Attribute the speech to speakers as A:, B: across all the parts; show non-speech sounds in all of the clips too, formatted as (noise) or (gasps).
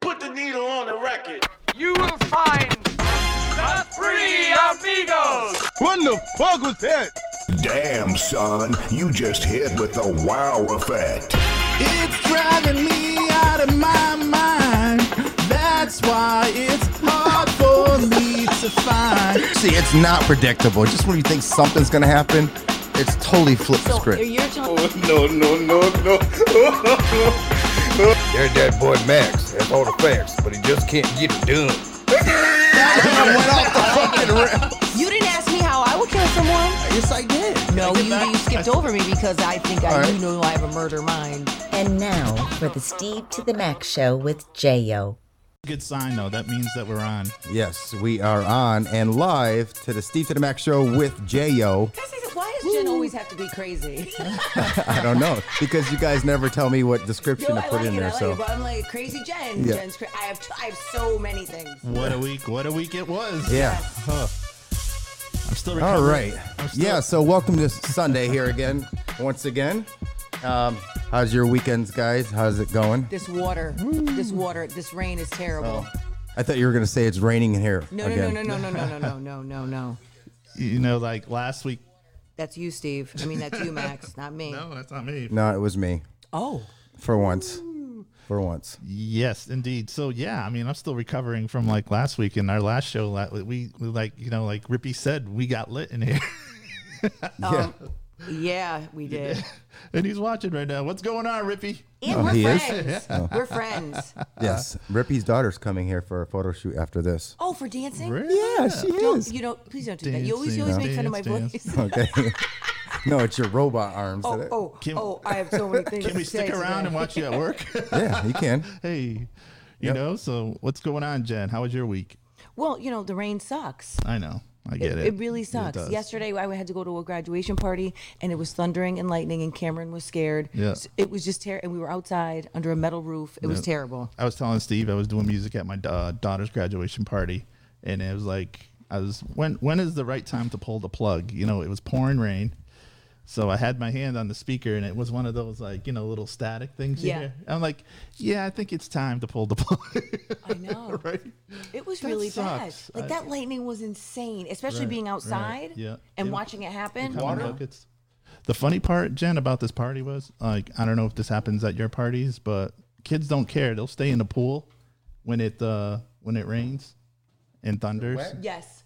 A: put the needle on the record.
B: You will find the three amigos.
C: What the fuck was that?
D: Damn, son, you just hit with the wow effect.
E: It's driving me out of my mind. That's why it's hard for me to find.
C: See, it's not predictable. Just when you think something's gonna happen, it's totally flipped the
F: So
C: script.
F: you're telling
C: Oh, (laughs)
G: There's that boy Max. That's all the facts, but he just can't get it done.
C: (laughs) I went off the fucking rail.
F: you didn't ask me how I would kill someone.
C: Yes, I did.
F: No, you, you skipped over me because I think I
C: All
F: do know I have a murder mind.
H: And now for the Steve to the Max show with J.O.
E: Good sign though. That means that we're on.
C: Yes, we are on and live to the Steve to the Max show with J.O.
F: Why does Jen always have to be crazy?
C: I
F: (laughs)
C: don't know because you guys never tell me what description
F: no,
C: to
F: I
C: put
F: like
C: in
F: it. I
C: there.
F: like
C: So
F: it. But I'm like crazy Jen.
C: Yeah.
F: Jen's cra- I have t- I have so many things.
E: What a week. What a week it was.
C: yeah.
E: I'm still recovering.
C: All right.
E: I'm still-
C: Yeah. So welcome to Sunday here again. Once again. Um, how's your weekends, guys? How's it going?
F: This water, this water, this rain is terrible.
C: I thought you were gonna say it's raining in here.
F: No, no,
C: Oh, again.
F: no, no, no, no, no,
C: (laughs)
F: no, no, no, no.
E: You know, like last week.
F: That's you, Steve. I mean, that's you, Max, not me.
E: No, that's not me.
C: No, it was me
F: Oh,
C: for once. For once.
E: Yes, indeed. So yeah, I mean, I'm still recovering from like last week in our last show. la- We, we like you know, like Rippy said, we got lit in here, (laughs)
F: Um,
C: yeah.
F: uh, yeah, we did.
E: and he's watching right now. What's going on, Rippy?
F: And
C: Oh,
F: we're
C: he is? (laughs)
F: friends. We're friends.
C: Yes. Rippy's daughter's coming here for a photo shoot after this.
F: Oh, for dancing?
C: Yeah, she
F: Don't, you don't. Please don't do that. You always, you always make
E: Dancing,
F: fun of my
E: dance, dance.
F: voice.
C: Okay. no, it's your robot arms.
F: (laughs) Oh,
C: that-
F: oh,
E: Can-
F: oh! I have
E: (laughs)
F: so many things.
E: Can we
F: to say
E: stick around
F: today.
E: and watch you at work? (laughs)
F: oh.
C: Yeah, you can.
E: hey, you know. So what's going on, Jen? How was your week?
F: Well, you know, the rain sucks.
E: I know. I get it.
F: It really sucks.
E: does.
F: Yesterday, I had to go to a graduation party, and it was thundering and lightning, and Cameron was scared.
E: Yeah.
F: S- It was just terrible. And we were outside under a metal roof. It was
E: (laughs)
F: terrible.
E: I was telling Steve I was doing music at my da- daughter's graduation party, and it was like I was when when is the right time to pull the plug? You know, it was pouring rain, so I had my hand on the speaker, and it was one of those like you know little static things. you
F: Yeah.
E: hear. I'm like, yeah, I think it's time to pull the (laughs) plug.
F: I know.
E: right?
F: It was
E: That
F: really
E: sucks.
F: bad. Like
E: I-
F: that lightning was insane, especially
E: Right,
F: being
E: right.
F: outside
E: Yeah.
F: and
E: Yeah.
F: watching it happen.
E: Come on, buckets. The funny part, Jen, about this party was like I don't know if this happens at your parties, but kids don't care. They'll stay in the pool when it uh when it rains and thunders.
F: Yes.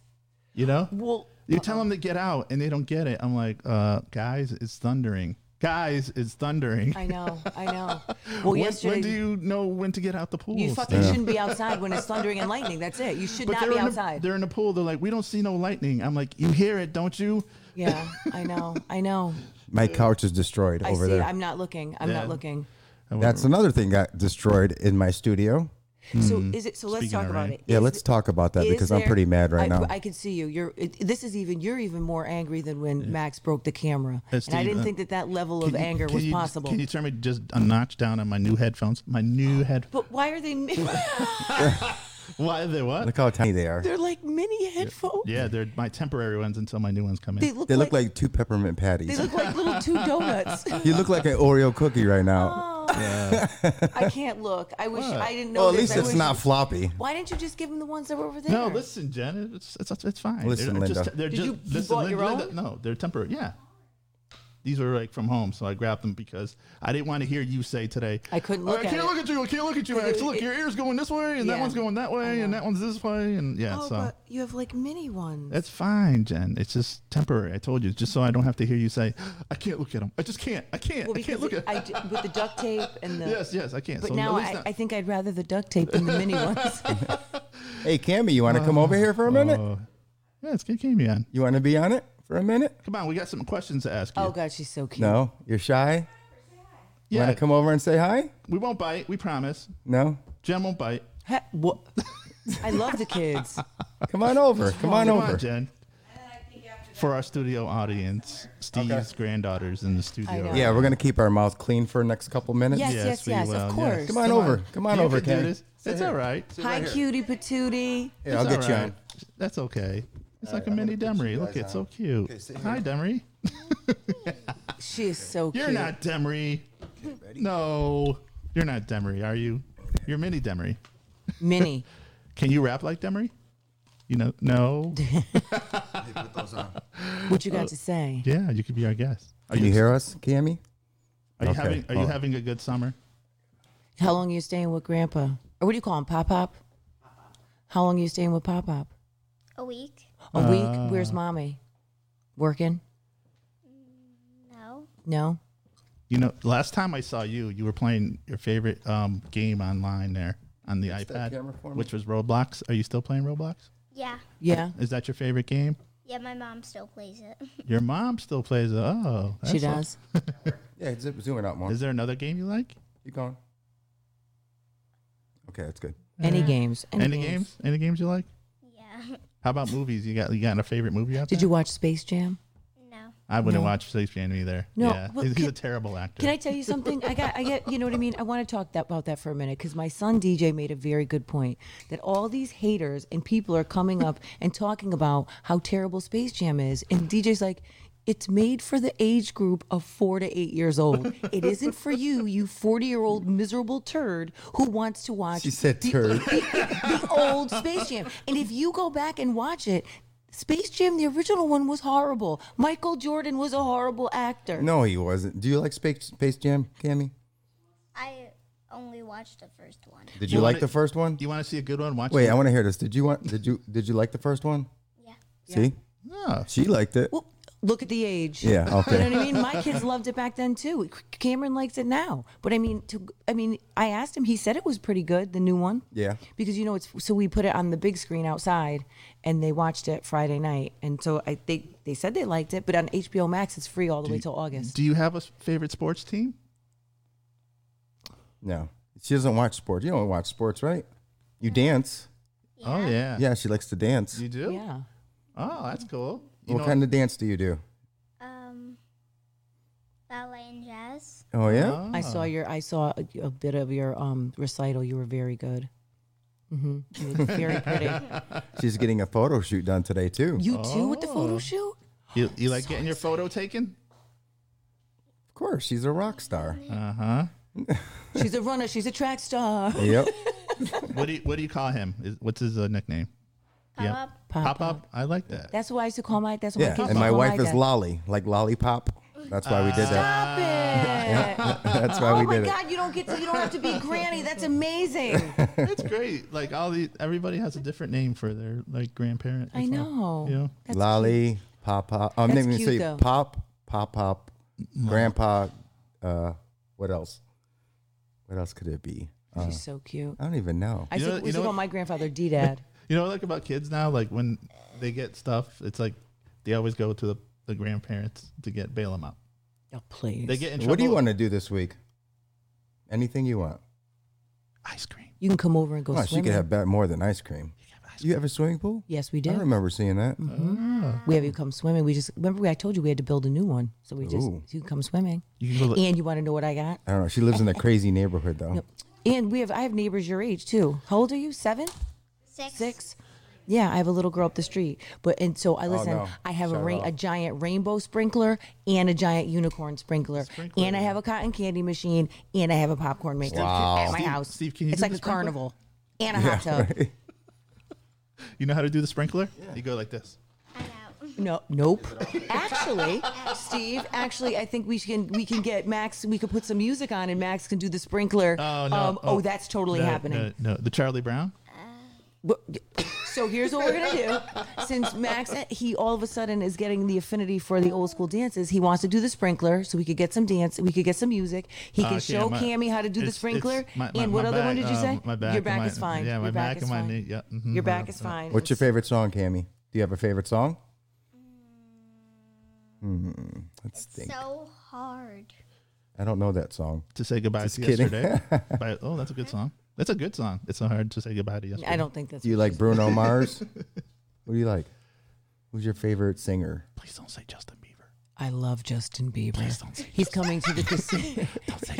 E: You know?
F: Well,
E: You tell them to get out and they don't get it. I'm like, uh, guys, it's thundering. Guys, it's thundering.
F: I know. I
E: (laughs)
F: know. Well,
E: when,
F: yesterday.
E: when do you know when to get out the pool?
F: you
E: Steve?
F: fucking shouldn't be outside when it's thundering and lightning. That's it. You should
E: But
F: not
E: they're
F: be
E: in the-
F: outside.
E: they're in the pool. They're like, we don't see no lightning. I'm like, you hear it, don't you?
F: yeah, I know. I know.
C: My couch is destroyed
F: I
C: over
F: see.
C: there.
F: I'm not looking. I'm
E: Yeah.
F: not looking.
C: That's another thing got destroyed in my studio.
F: So is it? So let's
E: Speaking
F: talk
E: of
F: about
E: rain.
F: it.
C: Hmm. Yeah,
F: Is
C: let's
F: it-
C: talk about that
F: is
C: because I'm
F: there-
C: pretty mad right
F: I,
C: now.
F: I can see you. You're. It, this is even. You're even more angry than when Max broke the camera,
E: Uh,
F: and I
E: Steve,
F: didn't
E: uh,
F: think that that level of
E: Can you-
F: anger
E: can
F: was
E: you-
F: possible.
E: Can you turn me just a notch down on my new headphones?
F: (gasps)
E: My new head.
F: but why are they? mi-
E: Why they what?
C: Look how tiny they
F: (laughs)
C: are.
F: they're like mini headphones.
E: Yeah, they're my temporary ones until my new ones come in.
F: They look.
C: They
F: like,
C: look like two peppermint
F: They
C: patties.
F: look like little two
E: (laughs)
F: donuts.
C: You look like an Oreo cookie right
F: Oh,
C: now.
F: (laughs) I can't look. I wish I didn't know.
C: Well, at
F: this.
C: least
F: I
C: it's
F: wish-
C: not floppy.
F: Why didn't you just give him the ones that were over there?
E: No, listen, Jen. It's it's, it's fine.
C: Listen,
E: they're
C: Linda.
E: Just, they're
F: Did
E: just
F: you- you
E: listen,
F: bought
E: Lin-
F: your own?
E: Linda- No, they're temporary. Yeah, these were like from home, so I grabbed them because I didn't want to hear you say today.
F: I couldn't
E: "Oh,
F: look
E: I
F: at
E: can't
F: it."
E: look at you. I can't look at you. Max.
F: it-
E: Look,
F: it-
E: your ears going this way, and that
F: Yeah,
E: one's going that way, and that one's this way, and yeah.
F: Oh,
E: so
F: but you have like mini ones.
E: that's fine, Jen. It's just temporary. I told you, it's just so I don't have to hear you say, "I can't look at them. I just can't. I can't.
F: well,
E: (laughs) I can't
F: because
E: look at."
F: I d- with the duct tape and the.
E: yes, yes, I can't.
F: But
E: so
F: now
E: at least
F: I, I think I'd rather the duct tape than the mini
C: (laughs)
F: ones.
C: Hey, Cammy, you want to come over here for a minute?
E: Oh. yeah, it's good game, man.
C: You want to be on it for a minute?
E: Come on, we got some questions to ask you.
F: oh God, she's so cute.
C: No, you're shy. You
E: yeah,
C: want to come over and say hi?
E: we won't bite. We promise.
C: No,
E: Jen won't bite.
F: Heh, wha- I love the
E: (laughs)
F: kids.
C: come on over. (laughs) Come on
E: Come
C: over.
E: on, Jen. For our studio audience, Steve's granddaughter's in the studio.
F: know.
C: yeah, we're gonna keep our mouth clean for the next couple minutes.
F: Yes,
E: Yes,
F: yes, yes,
E: we will,
F: of
E: yes.
F: course.
C: Come on over. Come on
E: You
C: over,
E: can do
C: Cammy.
E: this. It's all right. It's
F: Hi, cutie patootie.
C: Yeah, I'll get
E: all
C: you
E: right.
C: on.
E: That's okay. It's like a mini Demery. Look, it's so cute. Hi, Demery.
F: She is so
E: You're
F: cute. (laughs)
E: not Demery. No, you're not Demery, are you? You're mini Demery.
F: Mini.
E: Can you rap like Demery? You know, no.
F: What you
E: Uh,
F: got to say?
E: yeah, you could be our guest. Are
C: Can you hear us, Cammy?
E: Are you
C: Okay,
E: having Are you
C: hold on.
E: having a good summer?
F: How long are you staying with Grandpa? Or what do you call him? Pop Pop? How long are you staying with Pop Pop?
A: A week?
F: A
E: Uh,
F: week? Where's mommy? Working?
A: No.
F: No?
E: You know, last time I saw you, you were playing your favorite um, game online there on the
C: that camera for
E: iPad,
C: me?
E: which was Roblox. Are you still playing Roblox?
A: Yeah.
F: Yeah.
E: Is that your favorite game?
A: Yeah, my mom still plays it. (laughs)
E: Your mom still plays it. Oh,
F: she
E: that's aw-
F: does.
C: Yeah, zip, zoom it out more.
E: Is there another game you like?
C: Keep going. Okay, that's good.
F: Any games?
E: Any, games? Any games you like?
A: Yeah. (laughs)
E: How about movies? You got you got a favorite movie out there?
F: Did you watch Space Jam?
A: No.
E: I wouldn't
F: No.
E: watch Space Jam either.
F: No,
E: yeah,
F: well,
E: he's, he's
F: can-
E: a terrible actor.
F: Can I tell you something? I got, I get, you know what I mean? I want to talk that, about that for a minute because my son DJ made a very good point that all these haters and people are coming up and talking about how terrible Space Jam is. And DJ's like, it's made for the age group of four to eight years old. It isn't for you, you 40 year old miserable turd who wants to watch
C: She said turd.
F: (laughs) the old Space Jam. And if you go back and watch it, Space Jam, the original one, was horrible. Michael Jordan was a horrible actor.
C: No, he wasn't. Do you like Space, Space Jam, Cammy?
A: I only watched the first one.
C: Did you
E: Well,
C: like
E: it-
C: the first one?
E: Do you want to see a good one? Watch.
C: Wait,
E: the-
C: I want to hear this. Did you want? Did you did you like the first one?
A: Yeah.
C: See,
E: Yeah.
C: she liked it.
F: Well, look at the age.
C: Yeah,
F: (laughs)
C: okay.
F: You know what I mean? My kids loved it back then too. Cameron likes it now. But I mean, to I mean, I asked him. He said it was pretty good, the new one.
C: Yeah.
F: Because you know, it's so we put it on the big screen outside, and they watched it Friday night. And so I they they said they liked it, but on HBO Max it's free all the way till August.
E: Do you have a s- favorite sports team?
C: No, she doesn't watch sports. You don't watch sports, right? You dance.
E: Oh yeah.
C: Yeah, she likes to dance.
E: You do?
F: yeah.
E: Oh, that's cool. You
C: what
E: know-
C: kind of dance do you do?
A: Um, ballet and jazz.
C: Oh yeah.
E: Uh-huh.
F: I
E: Ah.
F: saw your I saw a, a bit of your um recital. You were very good. hmm Very
E: (laughs)
F: pretty.
C: She's getting a photo shoot done today too.
F: You too with the
E: Oh.
F: photo shoot?
E: You, you like getting your photo taken?
C: of course, she's a rock star.
E: Uh huh.
F: She's a runner. She's a track star.
C: yep.
E: What do you What do you call him? Is, what's his uh, nickname?
A: Pop
E: Yeah.
A: up.
E: Pop up. I like that.
F: That's what I used to call my. That's what
C: Yeah,
F: my kids
C: and
F: used to
C: my
F: call
C: wife
F: my
C: is
F: dad.
C: lolly, like lollipop. That's why we did that.
F: Stop it!
C: That's why
F: oh
C: we
F: my
C: did it.
F: God, you don't get to. You don't have to be granny. That's
C: (laughs)
F: amazing.
E: That's great. Like all the everybody has a different name for their like grandparent.
F: I
E: It's not-
F: know.
E: You know.
F: That's
C: Lolly, pop pop. I'm
F: That's
C: not even
F: cute,
C: say
F: though.
C: pop, pop pop, grandpa. Uh, what else? What else could it be?
F: cute. She's so cute.
C: I don't even know.
F: I
E: You
F: used
E: know-
F: to
E: you
F: we used
E: know
F: to call
E: what-
F: my grandfather D Dad.
E: You know, like about kids now, like when they get stuff, it's like they always go to the, the grandparents to get bail them out.
F: Oh please.
E: They get in trouble.
C: What do you want to do this week? Anything you want.
E: Ice cream.
F: you can come over and go
C: Oh, she
F: swimming.
C: could have ba- more than ice cream. You have a swimming pool?
F: yes, we
C: I
F: did.
C: remember seeing that.
F: We have you come swimming. We just remember we, I told you we had to build a new one, so we just
C: Ooh.
F: you can come swimming.
E: You can go to-
F: And you want to know what I got?
C: I don't know. She lives in a crazy neighborhood though.
F: Yep. And we have I have neighbors your age too. How old are you? Seven.
A: Six.
F: six. Yeah, I have a little girl up the street, but and so
E: Oh,
F: I listen.
C: no.
F: I have a
C: Shut
F: rain,
C: it
F: a
C: off.
F: giant rainbow sprinkler and a giant unicorn sprinkler, and I have a cotton candy machine and I have a popcorn maker at my
E: Steve-
F: house.
E: Steve, can you
F: it's
E: do
F: like
E: the
F: a
E: sprinkler?
F: carnival and a hot
C: (laughs)
F: tub.
E: You know how to do the sprinkler? You go like this.
A: I
F: No,
A: know.
F: nope. Actually, Steve, actually, I think we can we can get Max. We could put some music on and Max can do the sprinkler.
E: Oh no.
F: Um, oh, that's totally
E: no,
F: happening.
E: No, no, the Charlie Brown.
F: But- So here's what we're gonna do. Since Max, eh, he all of a sudden is getting the affinity for the old school dances. He wants to do the sprinkler, so we could get some dance. We could get some music. He can
E: Uh,
F: show
E: my-
F: Cammy how to do the
E: it's- it's
F: sprinkler.
E: my- my-
F: and
E: my
F: what other one
E: back,
F: did you say?
E: um, My back.
F: Your
E: and
F: back
E: my-
F: is fine.
E: Yeah, my
F: Your
E: back,
F: is
E: and my
F: fine.
E: knee. Yeah. mhm,
F: Your back
E: yeah,
F: is
E: yeah.
F: fine.
C: What's your favorite song, Cammy? Do you have a favorite song? Hmm. Let's think.
A: So hard.
C: I don't know that song.
E: To say goodbye
C: Just
E: to
C: kidding.
E: yesterday.
F: (laughs)
E: By- oh, that's a good song. That's a good song. It's so hard to say goodbye to yesterday.
F: I don't think that's.
C: Do you like (laughs) Bruno Mars? What do you like? Who's your favorite singer?
E: Please don't say Justin
F: (laughs)
E: Bieber.
F: I love Justin Bieber. He's coming to
C: (laughs)
F: the casino.
E: Don't say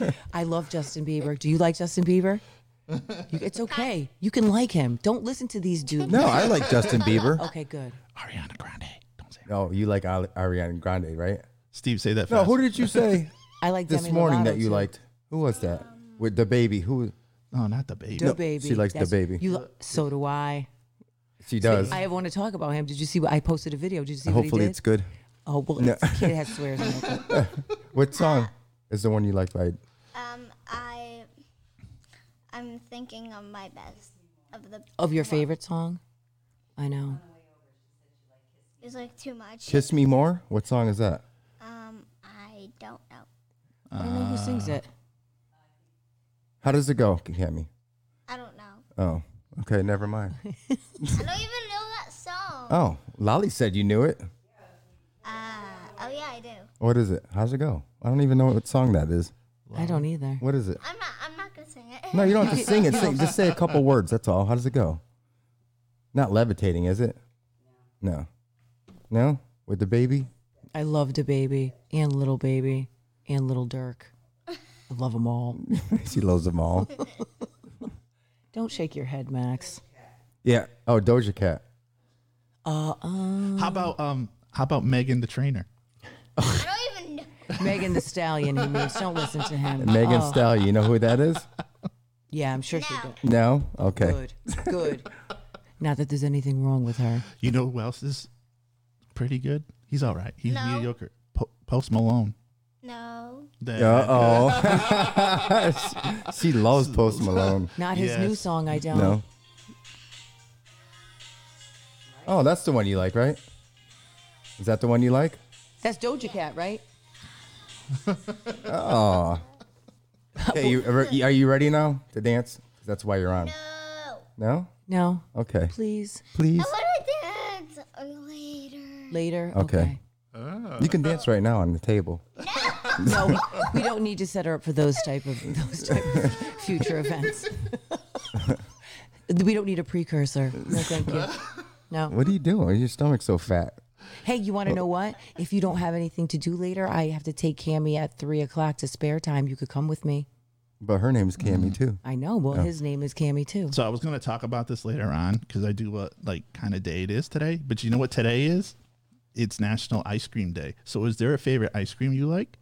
E: Justin.
F: I love Justin Bieber. Do you like Justin Bieber? You- It's okay. You can like him. Don't listen to these dudes.
C: No, I like Justin Bieber.
F: Okay, good.
E: Ariana Grande. Don't say.
C: No, you like Ali- Ariana Grande, right?
E: Steve, say that.
C: No, (laughs)
E: fast.
C: who did you say
F: I like
C: this
F: Demi
C: morning
F: Lovato,
C: that you
F: too.
C: liked? Who was that? with the baby. Who
E: Oh, not the baby.
F: The baby.
C: she likes the
F: That's-
C: baby.
F: You. lo- So do I.
C: she does.
F: I want to talk about him. Did you see what I posted a video? Did you see what
C: Hopefully
F: he did?
C: it's good.
F: Oh well,
C: No.
F: it's a kid has swears. in
C: (laughs)
F: it.
C: What song is the one you like by
A: Um, I, I'm thinking of my best of the
F: Of your favorite song? I know.
A: It's like too much.
C: Kiss Me More? What song is that?
A: Um, I don't know.
F: I don't know who sings it.
C: How does it go, Cammy?
A: I don't know.
C: Oh, okay, never mind.
A: I don't (laughs) even know that song.
C: Oh, Lolly said you knew it.
A: Uh, oh yeah, I do.
C: What is it? How's it go? I don't even know what song that is.
F: I don't either.
C: What is it?
A: I'm not. I'm not gonna sing it.
C: No, you don't have to sing it. Sing, just say a couple words. That's all. How does it go? Not levitating, is it? No. No? With the baby? (laughs)
F: I loved a baby and little baby and little Dirk. I love them
C: (laughs)
F: all.
C: she loves them all.
F: Don't shake your head, Max.
C: Yeah. Oh, Doja Cat.
F: Uh, uh
E: How about um? How about Megan the Trainer?
A: (laughs) I don't even. know.
F: Megan the Stallion. He means don't listen to him.
C: Megan
F: Oh,
C: Stallion. You know who that is?
F: Yeah, I'm sure she
A: No.
F: did.
C: No? Okay.
F: Good, good. Not that there's anything wrong with her.
E: You know who else is pretty good? He's all right. He's
A: No.
E: mediocre. Po- Post Malone.
A: No.
E: That-
C: Uh oh. (laughs) she loves Post Malone.
F: Not his new
E: Yes.
F: song, I don't.
C: No. Oh, that's the one you like, right? Is that the one you (laughs) like?
F: That's Doja Cat, right?
C: Okay, you, are you- are you ready now to dance? That's why you're on.
A: No.
C: No?
F: No.
C: Okay.
F: Please.
C: Please.
A: I want to dance (laughs) later.
F: Later.
C: Okay.
F: Okay.
C: You can dance right now on the table.
F: No, we don't need to set her up for those type of those type of future events. we don't need a precursor. No, thank you. No.
C: What are you doing? Your stomach's so fat.
F: Hey, you want to know what? If you don't have anything to do later, I have to take Cammy at three o'clock to spare time. You could come with me.
C: But her name's Cammy too.
F: I know. Well, his name is Cammy too.
E: So I was gonna talk about this later on because I do what like kind of day it is today. But you know what today is? It's National Ice Cream Day. So is there a favorite ice cream you like?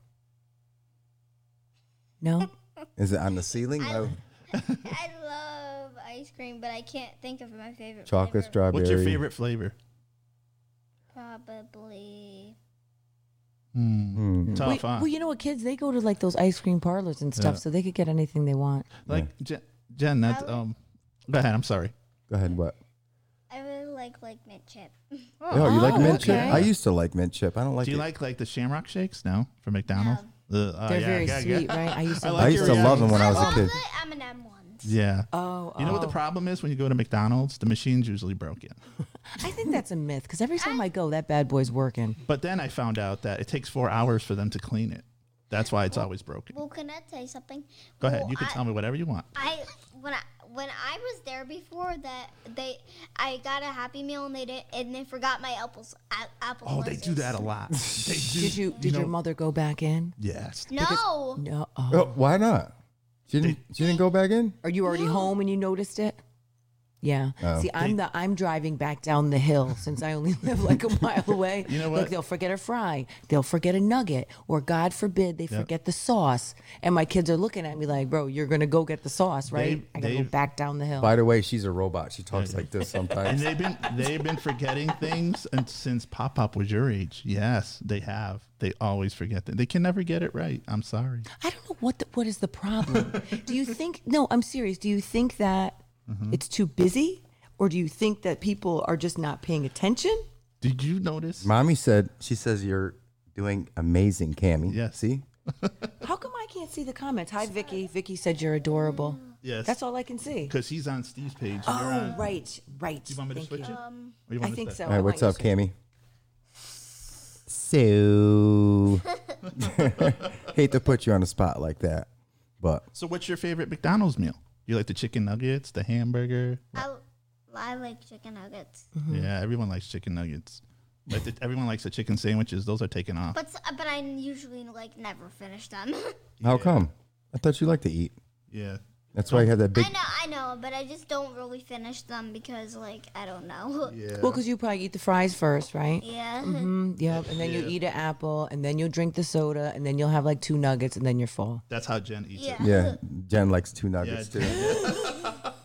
F: No.
C: Is it on the ceiling? No.
A: I love ice cream, but I can't think of my favorite.
C: Chocolate
A: flavor.
C: strawberry.
E: What's your favorite flavor?
A: Probably.
E: Hmm.
C: Hmm.
E: Tough,
F: Wait,
E: huh?
F: well, you know what, kids? They go to like those ice cream parlors and stuff,
E: Yeah.
F: so they could get anything they want.
E: like Jen, Jen, that's
A: I would-
E: um. Go ahead. I'm sorry.
C: Go ahead. What?
A: I really like like
E: (laughs)
A: mint chip.
C: Oh, you like mint chip?
F: okay.
C: I used to like mint chip. I don't like
E: do you
C: it.
E: like like the Shamrock Shakes? No, from McDonald's. Ugh, oh,
F: They're
E: yeah,
F: very
E: yeah, yeah.
F: sweet, right? I used to.
E: (laughs) I
C: I
E: like
C: used to
E: your
C: love them when I was
A: I
C: a kid.
A: love the M&M ones.
E: Yeah.
F: Oh,
E: You know what the
F: oh.
E: problem is when you go to McDonald's? The machine's usually broken.
F: I think that's a myth because every time I go, that bad boy's working.
E: But then I found out that it takes four hours for them to clean it. That's why it's always broken.
A: Well, can I tell you something?
E: Go ahead.
A: Well,
E: You can
A: I-
E: tell me whatever you want.
A: I when I when I was there before that they I got a Happy Meal and they did not and they forgot my apples a- apple.
E: Oh, they do
A: slices.
E: that a lot. They do. (laughs)
F: Did you? Did your mother go back in?
E: Yes.
A: No,
F: No. Oh.
C: Oh, why not? She didn't. She didn't go back in.
F: Are you already home and you noticed it? Yeah.
C: Oh.
F: See, I'm the I'm driving back down the hill since I only (laughs) live like a mile away.
E: You know
F: Like
E: what?
F: they'll forget a fry, they'll forget a nugget, or God forbid they forget the sauce. And my kids are looking at me like, "Bro, you're gonna go get the sauce, right? I gotta go
E: they've-
F: back down the hill."
C: By the way, she's a robot. She talks like this (laughs)
E: And
C: sometimes.
E: they've been they've been forgetting things and since Pop Pop was your age. Yes, they have. They always forget them. They can never get it right. I'm sorry.
F: I don't know what the, what is the problem. do you think? No, I'm serious. Do you think that it's too busy, or do you think that people are just not paying attention?
E: Did you notice?
C: Mommy said she says you're doing amazing, Cammy.
E: Yes.
C: See,
F: How come I can't see the comments? Hi, Vicky. Vicky said you're adorable.
E: Yes.
F: That's all I can see.
E: Because he's on Steve's page. You're
F: Oh,
E: on-
F: right, right.
E: You want me to
F: Thank
E: switch
F: you. Um,
E: it? Or you
F: I
E: want me
F: think
E: to-
F: so.
A: Oh,
F: Oh
C: All right,
F: I
C: what's up,
F: want you
C: Cammy? So, (laughs) hate to put you on the spot like that, but
E: So what's your favorite McDonald's meal? You like the chicken nuggets, the hamburger?
A: I, I like chicken nuggets,
F: Mm-hmm.
E: Yeah, everyone likes chicken nuggets. Like the, everyone likes the chicken sandwiches. Those are taken off.
A: but s- but I usually like never finish them. (laughs)
C: how come? I thought you like to eat.
E: Yeah.
C: That's why you have that big.
A: I know, I know, but I just don't really finish them because, like, I don't know. (laughs)
E: Yeah.
F: Well, because you probably eat the fries first, right?
A: Yeah.
C: Mm-hmm.
F: Mm, yep. And then you eat an apple, and then you'll drink the soda, and then you'll have like two nuggets, and then you're full.
E: That's how Jen eats
A: Yeah.
E: it.
C: Yeah, Jen likes two nuggets
E: Yeah,
C: too. (laughs)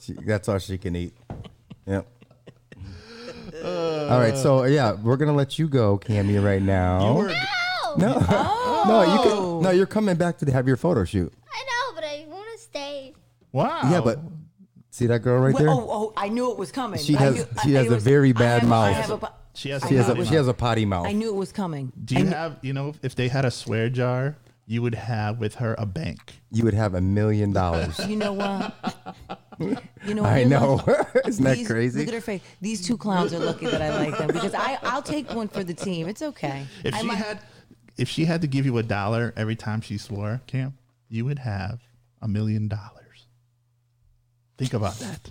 C: She, that's all she can eat. Yep.
E: Uh.
C: all right, so yeah, we're gonna let you go, Cammy, right now.
E: You were-
A: (laughs) No!
C: no, no, you
A: Oh.
C: can, no, you're coming back to have your photo shoot.
A: I know, but I want to stay.
E: wow.
C: Yeah, but see that girl right there?
F: oh, oh, I knew it was coming.
C: She
F: I
C: has-
F: knew-
C: she
F: I-
C: has
F: it
C: a very
F: I
C: bad
F: have- I
C: mouth.
F: have a po-
E: she has.
C: she has
E: potty
C: a she
E: mouth.
C: has a potty mouth.
F: I knew it was coming.
E: Do you have? You know, if they had a swear jar, you would have with her a bank.
C: You would have a
F: (laughs)
C: million dollars.
F: You know
C: (laughs)
F: what? You know what?
C: I
F: You're
C: know.
F: lucky.
C: (laughs) Isn't that
F: These-
C: crazy?
F: Look at her face. These two clowns are lucky that I like them because I I'll take one for the team. It's okay.
E: If
F: I
E: she
F: might-
E: had, if she had to give you a dollar every time she swore, Cam, you would have a million dollars. Think about that.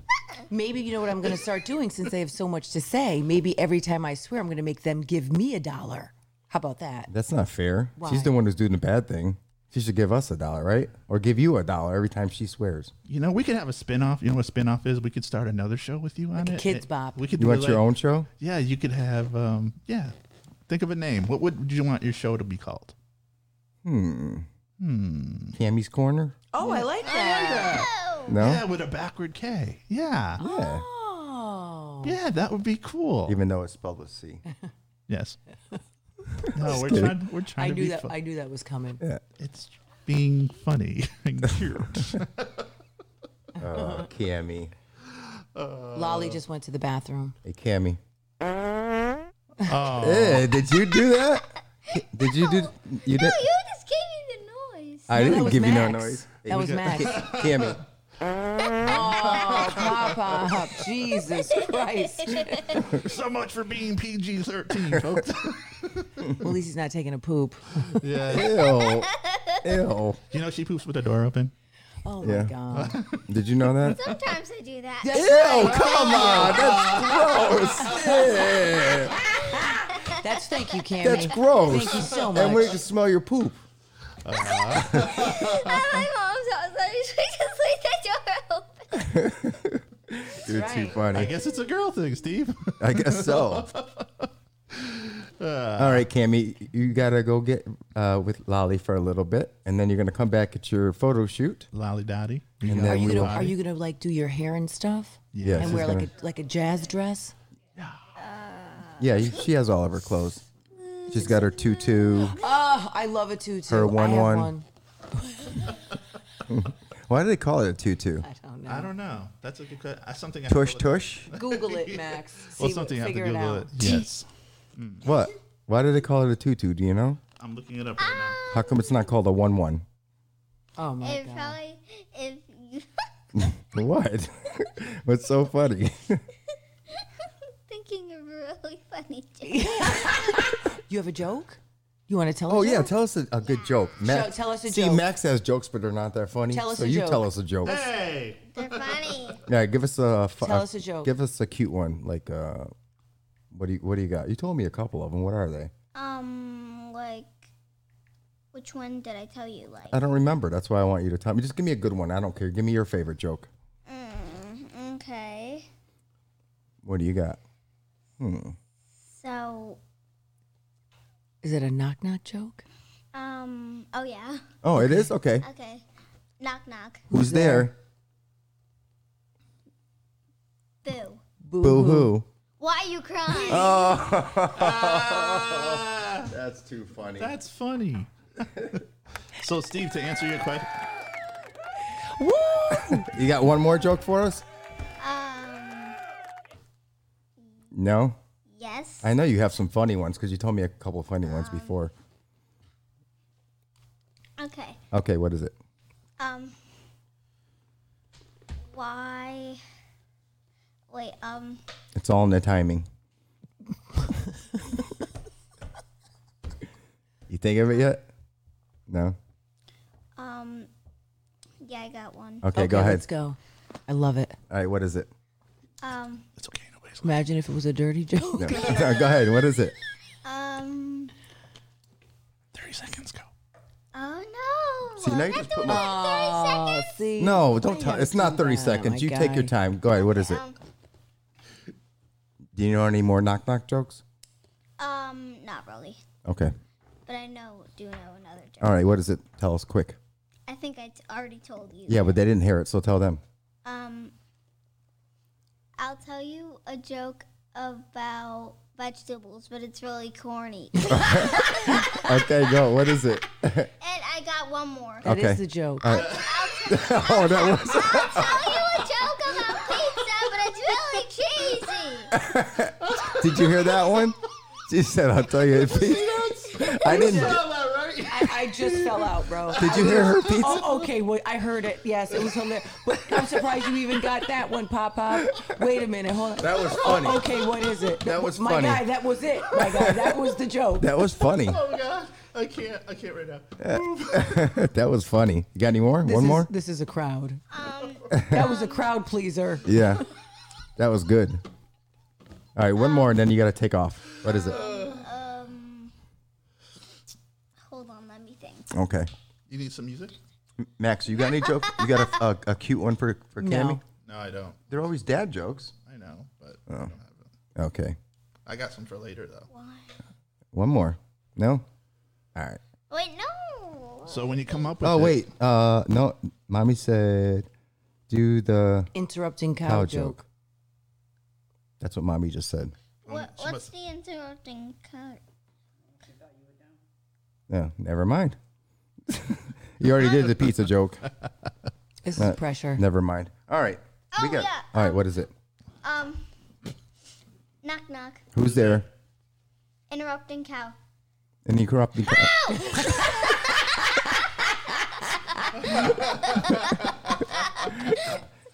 F: maybe you know what I'm going to start doing since they have so much to say. Maybe every time I swear, I'm going to make them give me a dollar. How about that?
C: That's not fair.
F: Why?
C: She's the one who's doing the bad thing. She should give us a dollar, right? Or give you a dollar every time she swears.
E: You know, we could have a spin-off. You know what a spin-off is? We could start another show with you on
F: a
E: it.
F: kids' bop.
E: We could
C: You
E: do
C: want your
E: like-
C: own show?
E: Yeah, you could have. Um, yeah, think of a name. What would you want your show to be called?
C: Hmm. Hmm. Cammy's Corner?
F: Oh, I like that.
A: No!
C: No?
E: Yeah, with a backward K. Yeah,
C: Yeah.
F: Oh.
E: yeah, that would be cool.
C: Even though it's spelled with C.
E: (laughs) Yes. no, we're
C: kidding.
E: trying. We're trying
F: I
E: to
F: knew
E: be.
F: that.
E: fu-
F: I knew that was coming.
E: it's being funny (laughs) and cute. (laughs)
F: (laughs)
C: Oh, Cammy.
F: Lolly just went to the bathroom.
C: Hey, Cammy. Oh. did you do
F: (laughs)
C: that? Did you do? You did.
A: No, you just gave me the noise.
C: I
F: No, that
C: (laughs) didn't
F: was
C: give you no
F: Max.
C: noise.
F: That was
C: (laughs)
F: Max.
C: Cammy.
F: (laughs) Oh, Papa, Jesus
C: (laughs)
F: Christ.
E: so much for being PG (laughs) thirteen, folks.
F: Well, at least he's not taking a poop.
E: yeah.
C: Ew.
F: (laughs)
C: Ew.
E: You know she poops with the door open.
F: Oh
C: Yeah.
F: my God.
C: Did you know that?
A: Sometimes I do
C: (laughs)
A: that.
F: That's
C: Ew, come on. That's gross. Yeah.
F: That's thank you, Cammy.
C: That's gross.
F: Thank you so
C: And we
F: much.
C: can smell your poop.
A: (laughs) At my mom's house, I (laughs) usually just leave the door open.
C: You're too
F: right.
C: funny.
E: I guess it's a girl thing, Steve. (laughs)
C: I guess
F: (laughs)
C: so. All right, Cammy, you gotta go get uh, with Lolly for a little bit, and then you're gonna come back at your photo shoot.
E: Lolly Dotty.
C: And
F: Are
C: then
F: you
C: we
F: gonna
C: will.
F: Are you gonna like do your hair and stuff?
C: Yeah,
F: and
C: she's
F: wear like
C: gonna-
F: a like a jazz dress?
C: yeah, you- she has all of her clothes. She's got her tutu.
F: Oh, I love a tutu.
C: Her
F: I
C: one
F: have
C: one. Why do they call it a tutu?
F: I don't know.
E: (laughs) I don't know. That's a good que- uh, something. I have to
C: Tush
E: look-
C: tush.
F: Google it, Max. See
E: Well,
F: what-
E: something I have to
F: figure it
E: Google
F: out.
E: it. Yes,
C: What? Why do they call it a tutu? Do you know?
E: I'm looking it up right now.
C: How come it's not called a one one?
F: Oh my
A: It
F: God.
A: probably, if you (laughs)
C: What? (laughs) What's so funny?
A: thinking of a really (laughs) funny joke.
F: You have a joke? You want to tell?
C: Oh
F: us?
C: yeah, tell us a, a good joke. Max,
F: tell us a
C: see,
F: joke.
C: Max has jokes, but they're not that funny.
F: Tell us
C: so
F: a
C: you
F: joke.
C: tell us a joke.
F: Ah.
E: Hey,
C: (laughs)
A: They're funny.
C: Yeah, give us a fu-
F: Tell us a joke.
C: Give us a cute one. Like, uh, what do you what do you got? You told me a couple of them. What are they?
A: Um, like, which one did I tell you? Like,
C: I don't remember. That's why I want you to tell me. Just give me a good one. I don't care. Give me your favorite joke.
A: mm, okay.
C: What do you got?
A: So,
F: Is it a knock knock joke?
A: um, oh yeah.
C: Oh, it is okay.
A: Okay. Knock, knock.
C: Who's there?
A: Boo.
C: Boo hoo.
A: Why are you crying?
C: Oh. That's too funny.
E: that's funny. (laughs) so, Steve, to answer your question,
C: You got one more joke for us?
A: Um,
C: No.
A: yes.
C: I know you have some funny ones because you told me a couple of funny ones before.
A: Okay.
C: Okay, what is it?
A: Um, why? Wait, um,
C: It's all in the timing. you think of it yet? No.
A: um, yeah, I got one.
C: Okay,
F: okay,
C: go ahead.
F: Let's go. I love it.
C: All right, what is (laughs) it?
A: Um,
E: it's okay. Nobody's listening.
F: Imagine if it was a dirty joke. (laughs)
C: No. go ahead. What is it?
A: um,
E: Thirty seconds go.
A: oh no.
C: See, now you
A: Not
C: just
A: the
C: put
A: one
C: my-
A: in 30 seconds.
F: seriously?
C: No,
F: Why
C: don't
F: you
C: tell.
F: gotta
C: It's
F: do
C: not 30
F: that,
C: seconds.
F: my
C: You take your
F: guy?
C: time. Go ahead. What is it?
A: Um,
C: Do you know any more knock knock jokes?
A: um, not really,
C: Okay.
A: but I know do know another joke.
C: All right. What is it? Tell us quick.
A: I think I t- already told you.
C: Yeah, but they didn't hear it, so tell them.
A: Um, I'll tell you a joke about vegetables, but it's really corny. and
C: Okay, go. What is it? (laughs)
A: I got one more.
F: That is
C: Okay.
F: the joke.
C: Oh, that was. (laughs)
A: I'll tell you a joke about pizza, but it's really cheesy.
C: Did you hear that one? She said, "I'll tell you." If (laughs) I didn't.
F: I, I just fell out, bro.
C: (laughs) Did you hear her pizza?
F: Oh, okay. Well, I heard it. Yes, it was hilarious. But I'm surprised you even got that one, Pop Pop. Wait a minute. Hold on.
C: That was funny.
F: Okay, what is it?
C: That was
F: my
C: funny.
F: guy. That was it. My guy. That was the joke.
C: That was funny.
E: Oh god, I can't. I can't right now.
C: That was funny. You got any more?
F: This
C: one
F: is-
C: more?
F: This is a crowd. (laughs) that was a crowd pleaser.
C: Yeah. That was good. All right, one more, and then you got to take off. What is it?
A: Hold on, let me think.
C: Okay.
E: You need some music?
C: Max, you got any jokes? You got a, a, a cute one for, for Cammy?
F: No.
E: No, I don't.
C: They're always dad jokes.
E: I know, but I don't have them.
C: Okay.
E: I got some for later though.
C: One more. No? All right.
A: Wait, no.
E: So when you come up with
C: Oh,
E: it-
C: wait. Uh, no. Mommy said, do the
F: Interrupting cow,
C: cow
F: joke.
C: joke. That's what mommy just said.
A: What,
E: she
A: what's
E: must-
A: the interrupting cut?
C: No, never mind. (laughs) you already did the pizza joke.
F: This
C: Uh,
F: is pressure.
C: Never mind. All right.
A: Oh, yeah.
C: All right, what is it?
A: Um, knock knock.
C: Who's there?
A: Interrupting cow.
C: And you corrupt the.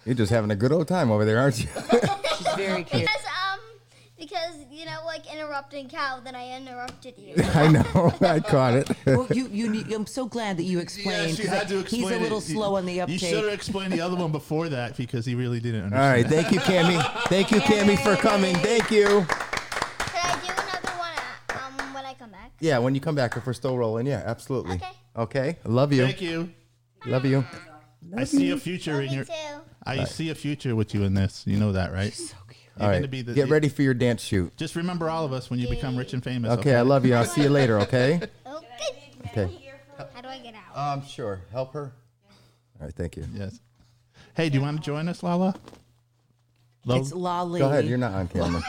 C: You're just having a good old time over there, aren't you? (laughs)
F: She's very cute.
A: Because um, because you know, like interrupting cow. Then I interrupted you.
C: I know. I caught it.
F: Well, you, you need, I'm so glad that you explained.
E: Yes, you
F: 'cause
E: had to explain
F: he's a little
E: it. You-
F: slow on the
E: You
F: uptake.
E: should have explained the other one before that because he really didn't
C: All
E: understand.
C: right. Thank you, Cammy. Thank you, Cammy, for coming. Thank you.
A: Can I do another one uh, um when I come back?
C: Yeah, when you come back, if we're still rolling, yeah, absolutely.
A: Okay.
C: Okay. Love you.
E: Thank you.
C: Love you.
E: I see a future in
A: Me
E: your.
A: too.
E: I see a future with you in this. You know that, right?
F: So cute.
C: All
E: You're
C: right.
E: gonna be the-
C: Get ready for your dance shoot.
E: Just remember all of us when you become rich and famous.
C: Okay. I love you. I'll see you later. (laughs) Okay.
A: Okay.
C: Okay.
A: How do I get out?
C: Um. Sure. Help her. All right. Thank you.
E: Yes. Hey, do you want to join us, Lala? Lo-
F: It's Lolly.
C: Oh, Go ahead. You're not
F: (laughs)
C: on camera.